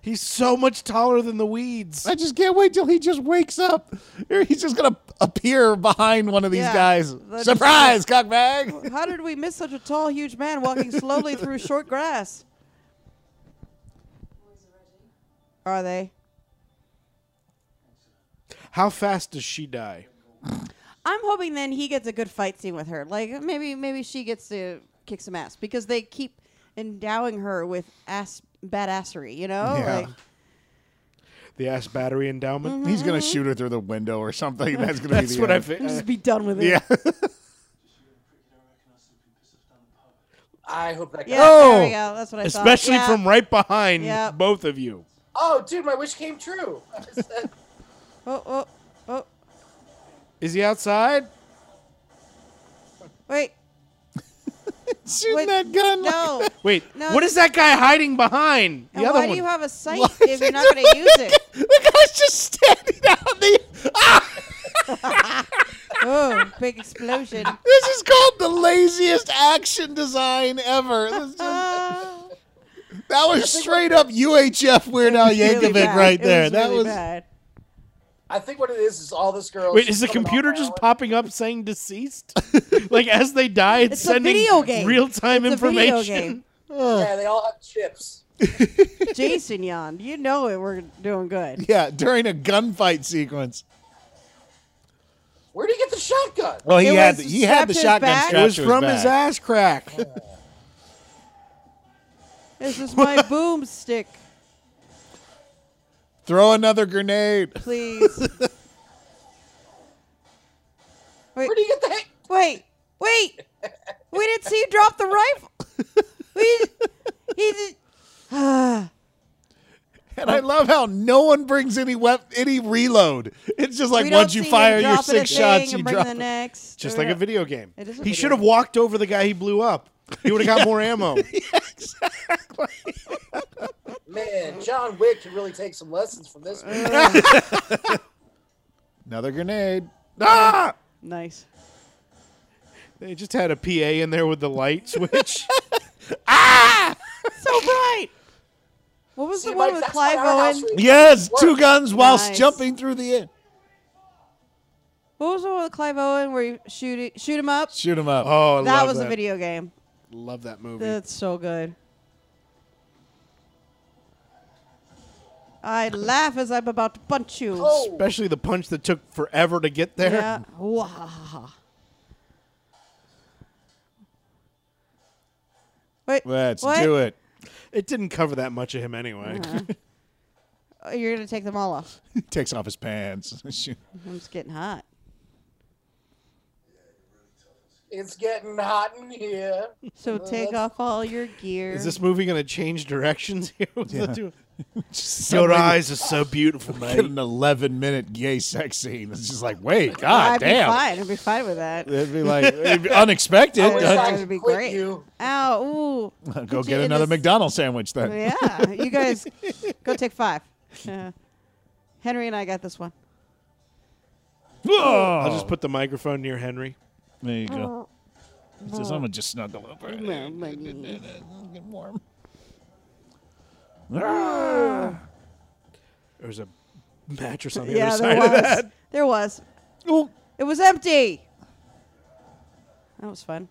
C: He's so much taller than the weeds.
A: I just can't wait till he just wakes up. Or He's just gonna appear behind one of these
E: Yeah.
A: guys.
E: That's-
A: Surprise, cockbag!
E: How did we miss such a tall, huge man walking slowly through short grass? Are they?
C: How fast does she die?
E: I'm hoping then he gets a good fight scene with her. Like maybe maybe she gets to kick some ass because they keep endowing her with ass badassery. You know,
A: Yeah.
E: like
C: The ass battery endowment.
A: He's gonna shoot her through the window or something. That's gonna
C: Mm. That's
A: be the
C: what I
A: end.
C: think.
E: just be done with it.
A: Yeah.
B: I hope that guy.
E: Yeah, there we go. That's what I thought.
C: Oh! Especially
E: Yeah.
C: from right behind
E: Yep.
C: both of you.
B: Oh, dude, my wish came true. I said,
E: Oh, oh, oh.
C: Is he outside?
E: Wait.
A: Shooting
E: Wait,
A: that gun.
E: No.
C: Wait,
E: No.
C: what is that guy hiding behind? The
E: And
C: other
E: why
C: one.
E: do you have a sight if you're not going to use it?
A: the guy's just standing out in the. Ah,
E: Oh, big explosion.
A: this is called the laziest action design ever. This is-
E: Ah,
A: that was straight up UHF Weird Al
E: really
A: Yankovic
E: bad.
A: right
E: It
A: there.
E: was
A: that
E: really
A: was.
E: bad.
B: I think what it is is all this girl.
C: Wait, is the computer just popping up saying deceased? like as they die, it's,
E: It's a
C: sending
E: video game.
C: real-time
E: It's a
C: information.
E: video game.
B: Yeah, they all have chips.
E: Jason yawned. You know it. We're doing good.
A: Yeah, during a gunfight sequence.
B: Where do you get the shotgun?
A: Well, he
E: It
A: had
E: was
A: the, he had the
E: strapped his
A: shotgun
E: back.
A: strapped
C: It was
A: to
C: from his
A: back.
C: ass crack.
E: This is my boomstick.
A: Throw another grenade.
E: Please.
B: Where do you get the hit?
E: Wait. Wait. We didn't see you drop the rifle. We. He did.
A: And I love how no one brings any wep- any reload. It's just like
E: we
A: once
E: don't
A: you
E: see
A: fire
E: him
A: your
E: dropping a
A: six
E: thing
A: shots,
E: and
A: you
E: bring
A: drop.
E: the
A: it.
E: next.
C: Just
E: We
C: like a
E: don't-
C: video game.
E: It is a
C: he
E: video
C: should have
E: game.
C: walked over the guy he blew up. He would have got more ammo.
B: Man, John Wick can really take some lessons from this. Movie.
E: Uh,
A: Another grenade. Ah!
E: Nice.
C: They just had a PA in there with the light switch.
E: So bright. What was
B: See,
E: the one
B: Mike,
E: with
B: that's why
E: Clive
B: our house
E: Owen?
B: really
A: Yes,
B: works.
A: two guns whilst
E: Nice.
A: jumping through the air.
E: What was the one with Clive Owen where you shoot it, shoot him up?
A: Shoot him up.
C: Oh, I
E: that
C: love
E: was
C: that.
E: a video game.
C: Love that movie.
E: That's so good. I laugh as I'm about to punch you.
B: Oh,
C: Especially the punch that took forever to get there.
E: Yeah. Wah. Wait.
A: Let's
E: what?
A: do it.
C: It didn't cover that much of him anyway.
E: Oh, You're gonna take them all off.
A: Takes off his pants. Shoot.
E: I'm just getting hot.
B: it's getting hot in here.
E: So take off all your gear.
C: Is this movie going to change directions here? with the two-
A: Just
C: Your
A: somebody-
C: eyes are so beautiful,
A: Get
C: mate.
A: an 11 minute gay sex scene. It's just like, wait,
E: I'd
A: god damn.
E: be fine. I'd be fine with that.
A: It'd be like it'd be unexpected.
E: I wish
B: I'd
E: that
B: just
E: would be
B: quit
E: great.
B: you.
E: Ow! Ooh.
A: Go
E: Put you
A: get
E: in
A: another
E: this-
A: McDonald's sandwich then.
E: Yeah, you guys go take five. Uh, Henry and I got this one.
A: Whoa!
C: I'll just put the microphone near Henry.
A: There you go. It says, I'm gonna just snuggle over. it. It's getting warm.
C: There's a mattress on the
E: Yeah,
C: other
E: there
C: side of
E: was.
C: that.
E: There was.
A: Oh.
E: It was empty. That was fun.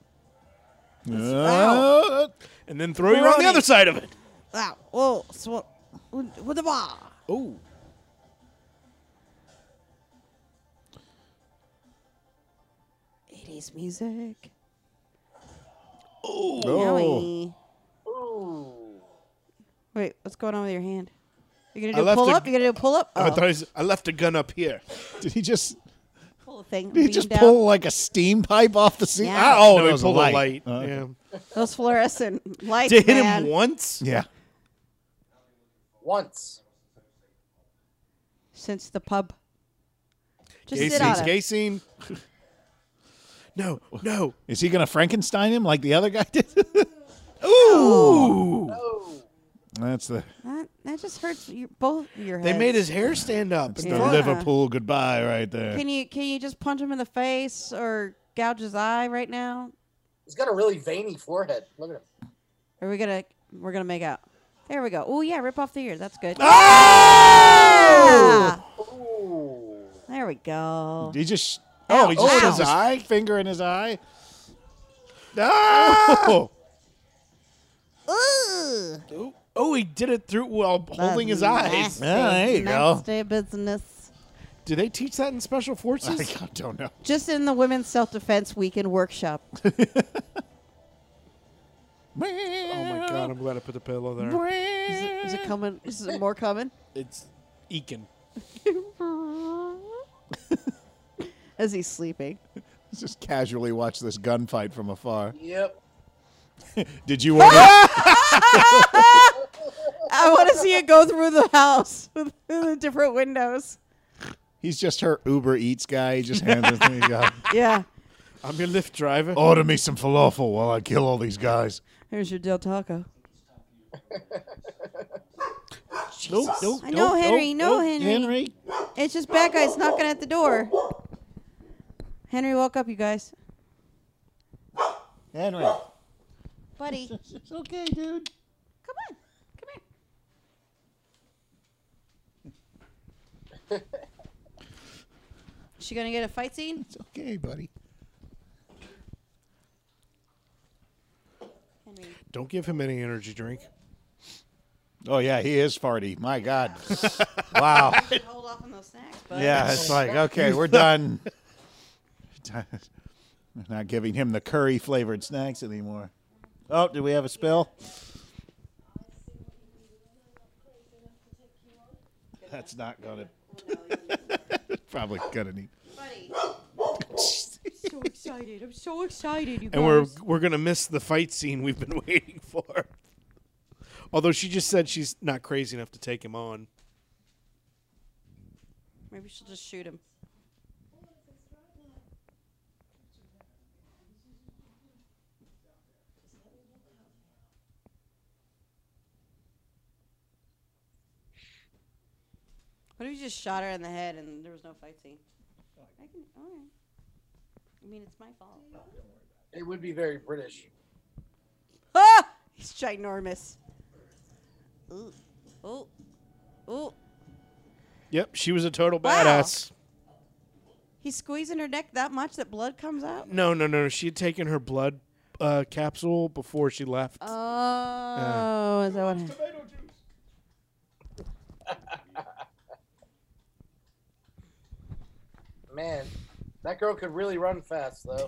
A: Uh,
C: And then throw you on
E: Brony.
C: the other side of it.
E: Wow. Whoa. So, with the ball.
C: Oh.
E: Eighties music.
A: oh.
E: Yowie.
B: Ooh.
E: Wait, what's going on with your hand? You gonna
C: I
E: do a
C: left
E: pull
C: a-
E: up? You gonna do a pull up?
C: I,
E: Oh,
C: thought he was- I left a gun up here.
A: Did he just
E: pull a thing.
A: did he
E: lean
A: just
E: down.
A: pull like a steam pipe off the ceiling?
E: Yeah.
A: Ah, Oh,
C: no,
A: there
C: he
A: was
C: pulled
A: a light. Uh,
C: yeah.
E: those fluorescent lights?
C: To hit
E: man.
C: him once?
A: yeah.
B: Once.
E: since the pub. Just
C: Gay
E: sit
C: scene's
E: on
C: gay
E: it.
C: scene. no, no.
A: Is he gonna Frankenstein him like the other guy did?
C: Ooh.
B: Oh.
A: That's the,
E: That, that just hurts your, both your heads.
C: They made his hair stand up.
A: that's
C: and
A: the
E: Yeah.
C: fuck.
A: Liverpool goodbye right there.
E: Can you can you just punch him in the face or gouge his eye right now?
B: He's got a really veiny forehead. Look at him.
E: Are we gonna we're gonna make out? There we go. Oh yeah, rip off the ear. That's good. Ah!
B: Ooh.
E: There we go.
A: He just
E: Ow,
A: oh, he just
E: ow.
A: put his eye finger in his eye. Oh,
E: Ooh,
C: Oh, oh, he did it through while holding his eyes.
E: Nasty,
A: Yeah, there you go.
E: nasty business.
C: Do they teach that in special
A: I
C: forces?
A: don't know.
E: Just in the women's self defense weekend workshop.
C: oh my god, I'm glad I put the pillow there.
E: Is it, is it coming? Is it more coming?
C: It's Eakin.
E: As he's sleeping.
A: Just casually watch this gunfight from afar.
B: Yep.
A: Did you order?
E: I want to see it go through the house with through the different windows.
A: He's just her Uber Eats guy. He just hands her things. out.
E: Yeah.
C: I'm your Lyft driver.
A: Order me some falafel while I kill all these guys.
E: Here's your Del Taco.
C: no, no,
E: I know, Henry. No, Henry. It's just bad guys knocking at the door. Henry woke up, you guys.
A: Henry.
E: Buddy, come
A: It's okay, dude.
E: on. Come here. She gonna get a fight scene?
A: It's okay, buddy.
E: Henry.
C: Don't give him any energy drink.
A: Oh yeah, he is farty. My God. wow.
E: Hold off on those snacks, bud.
A: Yeah, it's like okay, we're done. We're Not giving him the curry flavored snacks anymore. Oh, did we have a spill? That's not gonna. Probably gonna need.
E: Buddy. so excited. I'm so excited, you
C: And we're
E: guys.
C: we're gonna miss the fight scene we've been waiting for. Although she just said she's not crazy enough to take him on.
E: Maybe she'll just shoot him. What if you just shot her in the head and there was no fight scene? I can. All right. I mean, it's my fault.
B: It would be very British.
E: Ah! He's ginormous. Ooh. Ooh. Ooh.
C: Yep, she was a total
E: Wow.
C: badass.
E: He's squeezing her neck that much that blood comes out?
C: No, no, no. She had taken her blood uh, capsule before she left.
E: Oh, is that what happened?
B: Man, that girl could really run fast, though.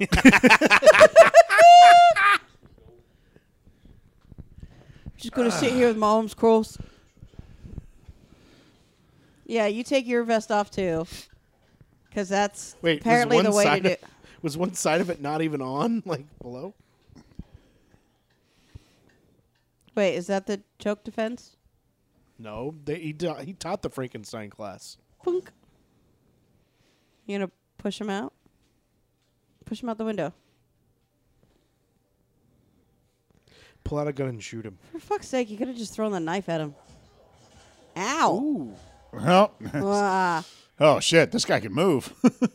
E: Just gonna sit here with my arms crossed. Yeah, you take your vest off too, because that's
C: Wait, was
E: apparently
C: one
E: the way to
C: side
E: do.
C: of- was one side of it not even on, like below?
E: Wait, is that the choke defense?
C: No, they, he ta- he taught the Frankenstein class.
E: Funk. You gonna push him out? Push him out the window.
C: Pull out a gun and shoot him.
E: For fuck's sake, you could have just thrown the knife at him. Ow!
C: Ooh,
A: Well,
E: Ah,
A: oh shit, this guy can move.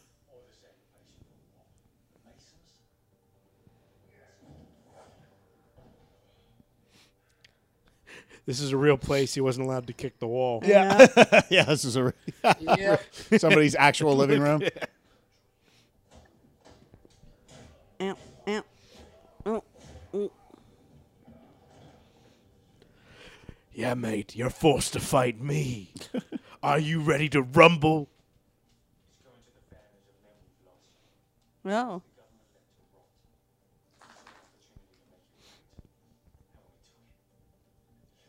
C: this is a real place. He wasn't allowed to kick the wall.
E: yeah.
A: yeah, this is a
B: yep.
A: somebody's actual living room.
E: Ow, ow. Ow.
C: Yeah, mate, you're forced to fight me. Are you ready to rumble?
E: No.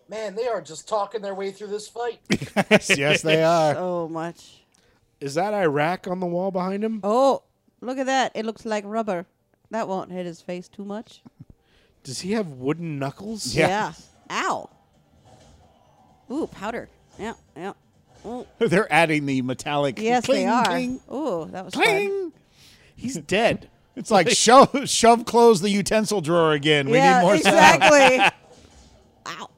B: Man, they are just talking their way through this fight.
A: yes, they are.
E: So much.
C: Is that Iraq on the wall behind him?
E: Oh, look at that. It looks like rubber. That won't hit his face too much.
C: Does he have wooden knuckles?
A: Yeah.
E: Yeah. Ow. Ooh, powder. Yeah, yeah. Ooh.
A: They're adding the metallic.
E: Yes, they
A: cling,
E: are.
A: cling,
E: Ooh, that was fun.
A: cling.
C: He's dead.
A: It's like shove shove close the utensil drawer again. We
E: yeah,
A: need more sound.
E: exactly. Ow.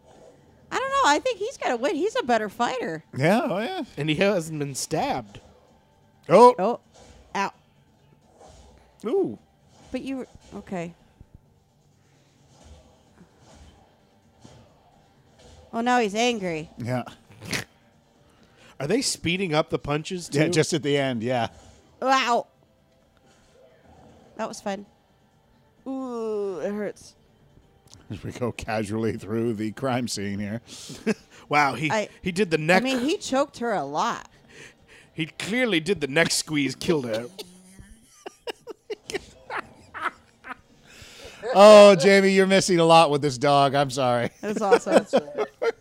E: I don't know. I think he's got to win. He's a better fighter.
A: Yeah, oh yeah.
C: And he hasn't been stabbed.
A: Oh,
E: Oh, ow.
C: Ooh.
E: But you were okay. Oh, now he's angry.
A: yeah.
C: Are they speeding up the punches too?
A: Yeah, just at the end, yeah.
E: Wow. That was fun. Ooh, it hurts.
A: As we go casually through the crime scene here.
C: wow. He
E: I-
C: he did the neck.
E: I mean, he choked her a lot.
C: he clearly did the neck squeeze. Killed her.
A: Oh, Jamie, you're missing a lot with this dog. I'm sorry.
E: It was awesome.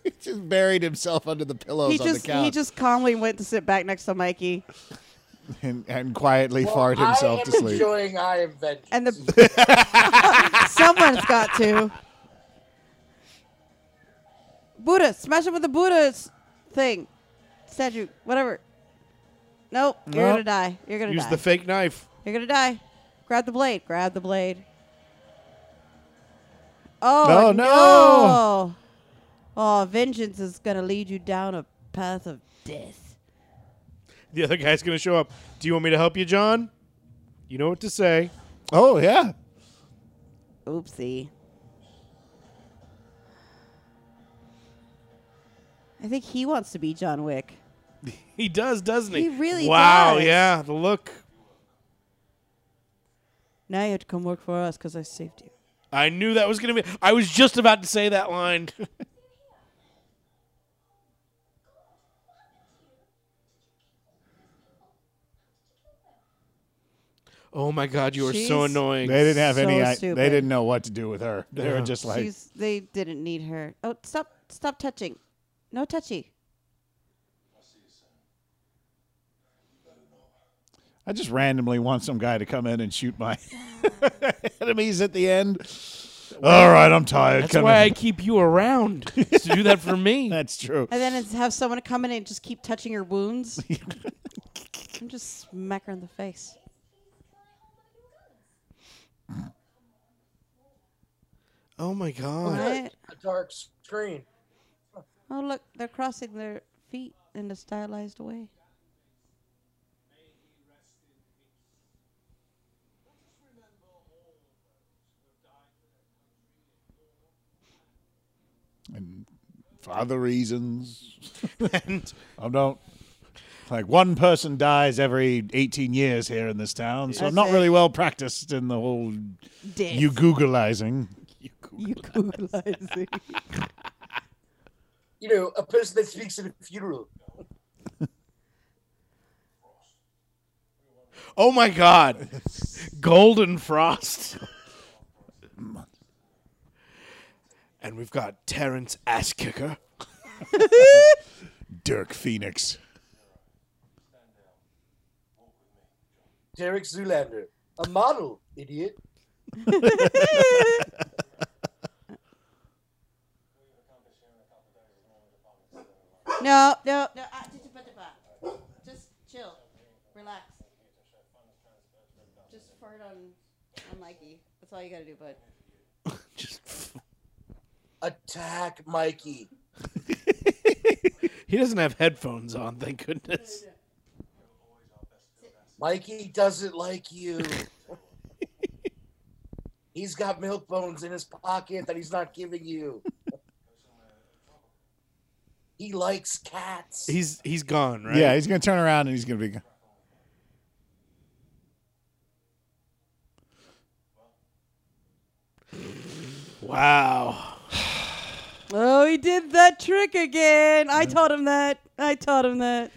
A: he just buried himself under the pillows
E: he
A: on
E: just
A: the couch
E: he just calmly went to sit back next to Mikey,
A: and, and quietly
B: Well,
A: farted himself
B: I am
A: to sleep.
B: enjoying I Am Vengeance.
E: and the someone's got to. Buddha, smash him with the Buddha's thing, statue, whatever. Nope. You're
C: Nope.
E: gonna die. You're gonna
C: Use
E: die.
C: the fake knife.
E: You're gonna die. Grab the blade. Grab the blade. Oh
A: No, no.
E: no! Oh, vengeance is gonna lead you down a path of death.
C: The other guy's going to show up. Do you want me to help you, John? You know what to say.
A: Oh yeah.
E: Oopsie. I think he wants to be John Wick.
C: He does, doesn't he?
E: He really
C: wow,
E: does.
C: yeah. The look.
E: Now you have to come work for us because I saved you.
C: I knew that was going to be. I was just about to say that line. oh my God, you are so
E: She's-
A: They
C: annoying.
A: didn't have any.
E: So
A: I,
E: stupid.
A: they didn't know what to do with her. They were just like,
E: She's, they didn't need her. Oh, stop! Stop touching. No touchy.
A: I just randomly want some guy to come in and shoot my enemies at the end. All right, I'm tired.
C: That's
A: Come
C: why I
A: in.
C: keep you around is to do that for me.
A: That's true.
E: And then it's have someone come in and just keep touching her wounds. and just smack her in the face.
C: Oh my God.
E: Right?
B: A dark screen.
E: Oh look, they're crossing their feet in a stylized way.
A: For other reasons,
C: And
A: I don't. Like one person dies every 18 years here in this town, so I'm not
E: That's it.
A: really well practiced in the whole
E: Death.
A: you Googleizing.
E: you Googleizing.
B: You know, a person that speaks at a funeral.
C: oh my God, Golden Frost. and we've got Terrence Ass Kicker.
A: Dirk Phoenix.
B: Derek Zoolander. A model, idiot.
E: no, no, no. ah, Just chill. Relax. Just fart on, on Mikey. That's all you gotta do, bud.
C: Just
B: Attack Mikey.
C: He doesn't have headphones on, thank goodness.
B: Mikey doesn't like you. he's got milk bones in his pocket that he's not giving you. he likes cats.
C: He's he's gone, right?
A: Yeah, he's gonna turn around and he's gonna be.
C: Wow.
E: Oh, he did that trick again. I taught him that. I taught him that.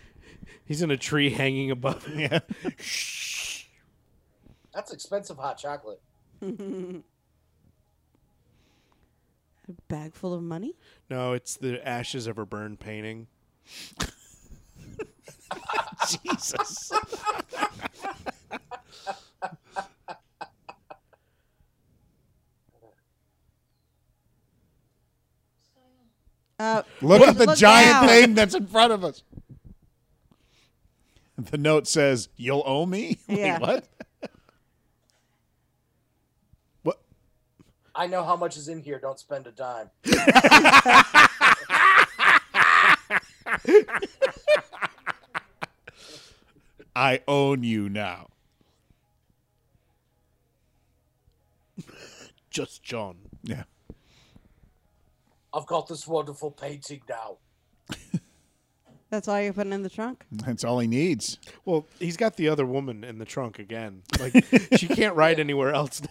C: He's in a tree hanging above.
A: Yeah.
B: That's expensive hot chocolate.
E: A bag full of money?
C: No, it's the ashes of her burn painting.
A: Jesus.
E: Uh,
A: Look at the
E: Look
A: giant
E: down.
A: thing that's in front of us. The note says, "You'll owe me." Wait,
E: Yeah.
A: what?
C: What?
B: I know how much is in here. Don't spend a dime.
A: I own you now.
C: Just John.
A: Yeah.
B: I've got this wonderful painting now.
E: that's all you're putting in the trunk?
A: That's all he needs.
C: Well, he's got the other woman in the trunk again. Like she can't ride anywhere else.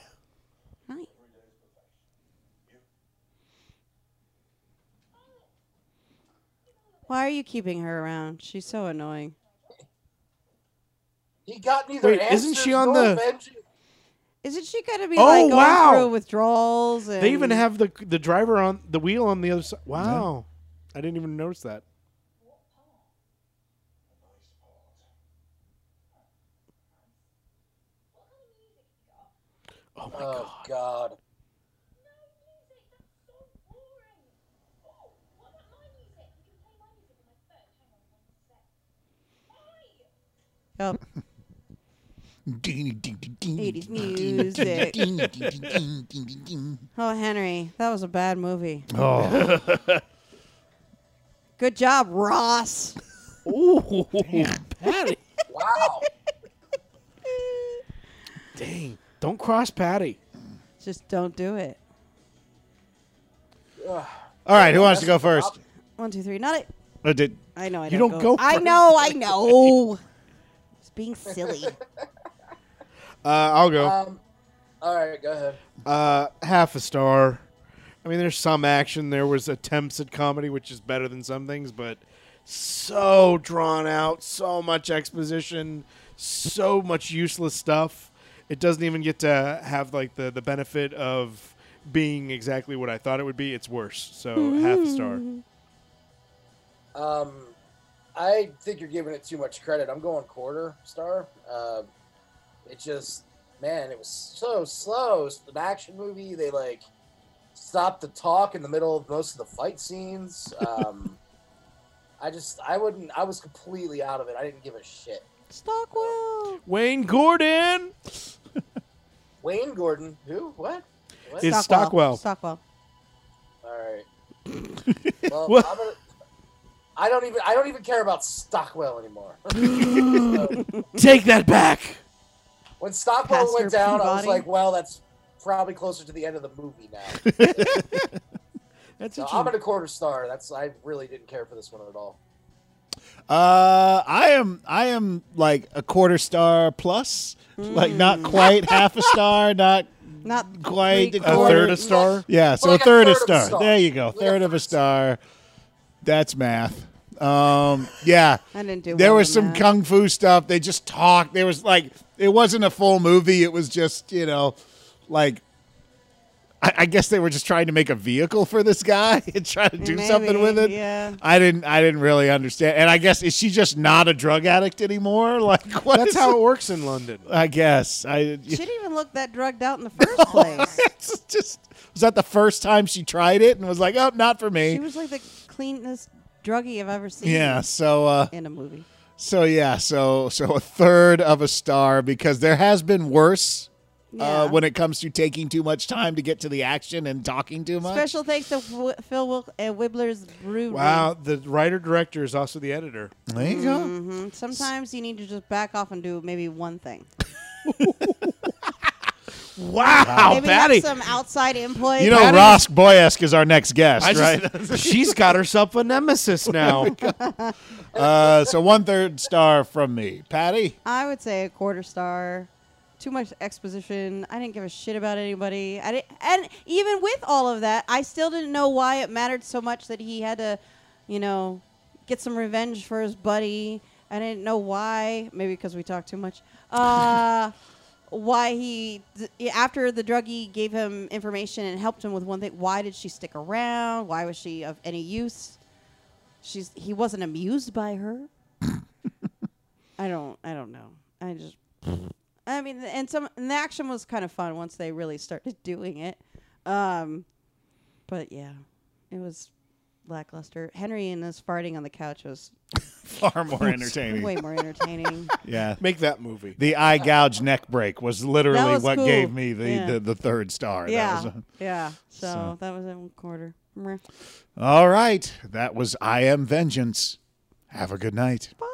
C: now.
E: Hi. Why are you keeping her around? She's so annoying.
B: He got neither
C: Wait,
B: answers
C: isn't she on
B: nor
C: the-
B: vengeance.
E: Isn't she gonna be
C: Oh,
E: like going
C: wow.
E: through withdrawals? And
C: They even have the the driver on the wheel on the other side. Wow. I didn't even notice that. Oh my god.
B: Oh God!
E: Oh,
A: Eighties
E: 80s music. oh, Henry, that was a bad movie. Oh. Good job, Ross.
C: Ooh, Patty.
B: Wow.
C: Dang. Don't cross Patty.
E: Just don't do it.
A: All right, who wants to go first?
E: One, two, three. Not it.
A: Oh, did-
E: I know. I
C: You
E: don't,
C: don't
E: go.
C: go
E: I
C: first.
E: know. I know. Just being silly.
C: Uh, I'll go.
B: Um, all right, go ahead.
C: Uh, half a star. I mean, there's some action. There was attempts at comedy, which is better than some things, but so drawn out, so much exposition, so much useless stuff. It doesn't even get to have like the the benefit of being exactly what I thought it would be. It's worse. So half a star.
B: Um, I think you're giving it too much credit. I'm going quarter star. Uh, it just, man, it was so slow. It's an action movie. They like stopped the talk in the middle of most of the fight scenes. Um, I just, I wouldn't. I was completely out of it. I didn't give a shit.
E: Stockwell.
C: Wayne Gordon
B: Wayne Gordon, who? What? What?
C: Is Stockwell.
E: Stockwell.
B: All right. Well,
C: What?
B: I'm gonna, I don't even. I don't even care about Stockwell anymore. So,
C: take that back.
B: when Stockwell
E: Pastor
B: went down, I was
E: Peabody?
B: like, "Well, that's probably closer to the end of the movie now."
C: That's
B: So
C: such
B: I'm
C: a
B: at a quarter star. That's I really didn't care for this one at all.
A: Uh, I am I am like a quarter star plus, like not quite half a star, not
E: Not
A: Quite
E: three
A: a
E: quarters.
A: third
C: a star.
A: yeah, so
B: like
A: a third, of a star. There you go,
B: Like a
A: third of a star. That's math. Um, yeah,
E: I didn't do.
A: there
E: well
A: was
E: in
A: some
E: that.
A: kung fu stuff. They just talked. There was like it wasn't a full movie. It was just you know, like I, I guess they were just trying to make a vehicle for this guy and try to do
E: Maybe,
A: something with it.
E: yeah.
A: I didn't. I didn't really understand. And I guess is she just not a drug addict anymore? Like what?
C: That's
A: is
C: how
A: it?
C: it works in London.
A: I guess I.
E: She didn't even look that drugged out in the first place.
A: It's just was that the first time she tried it and was like, oh, not for
E: She
A: me.
E: was like the cleanest druggie I've ever seen.
A: Yeah. So. uh
E: In a movie.
A: So yeah, so so a third of a star because there has been worse
E: Yeah.
A: uh, when it comes to taking too much time to get to the action and talking too much.
E: Special thanks to w- Phil Wil- uh, Wibbler's Brewery.
C: Wow, the writer director is also the editor.
A: there you go.
E: Mhm. Sometimes you need to just back off and do maybe one thing.
C: Wow,
E: maybe have some outside input.
A: You know,
C: Patty-
A: Ross Boyesk is our next guest,
C: I
A: right?
C: just- she's got herself a nemesis now.
A: uh, so one third star from me, Patty.
E: I would say a quarter star. Too much exposition. I didn't give a shit about anybody. I didn't, and even with all of that, I still didn't know why it mattered so much that he had to, you know, get some revenge for his buddy. I didn't know why. Maybe because we talked too much. Uh, why he after the druggie gave him information and helped him with one thing. Why did she stick around? Why was she of any use? She's he wasn't amused by her. I don't I don't know. I just I mean and some and the action was kind of fun once they really started doing it. Um but yeah. It was lackluster. Henry and his farting on the couch was
A: Far more entertaining.
E: way more entertaining.
A: Yeah.
C: Make that movie.
A: The eye gouge neck break was literally
E: was
A: what
E: cool.
A: gave me the,
E: Yeah.
A: the, the third star. That
E: yeah.
A: was-
E: yeah. So, that was in quarter. Meh.
A: all right. That was I Am Vengeance. Have a good night.
E: Bye.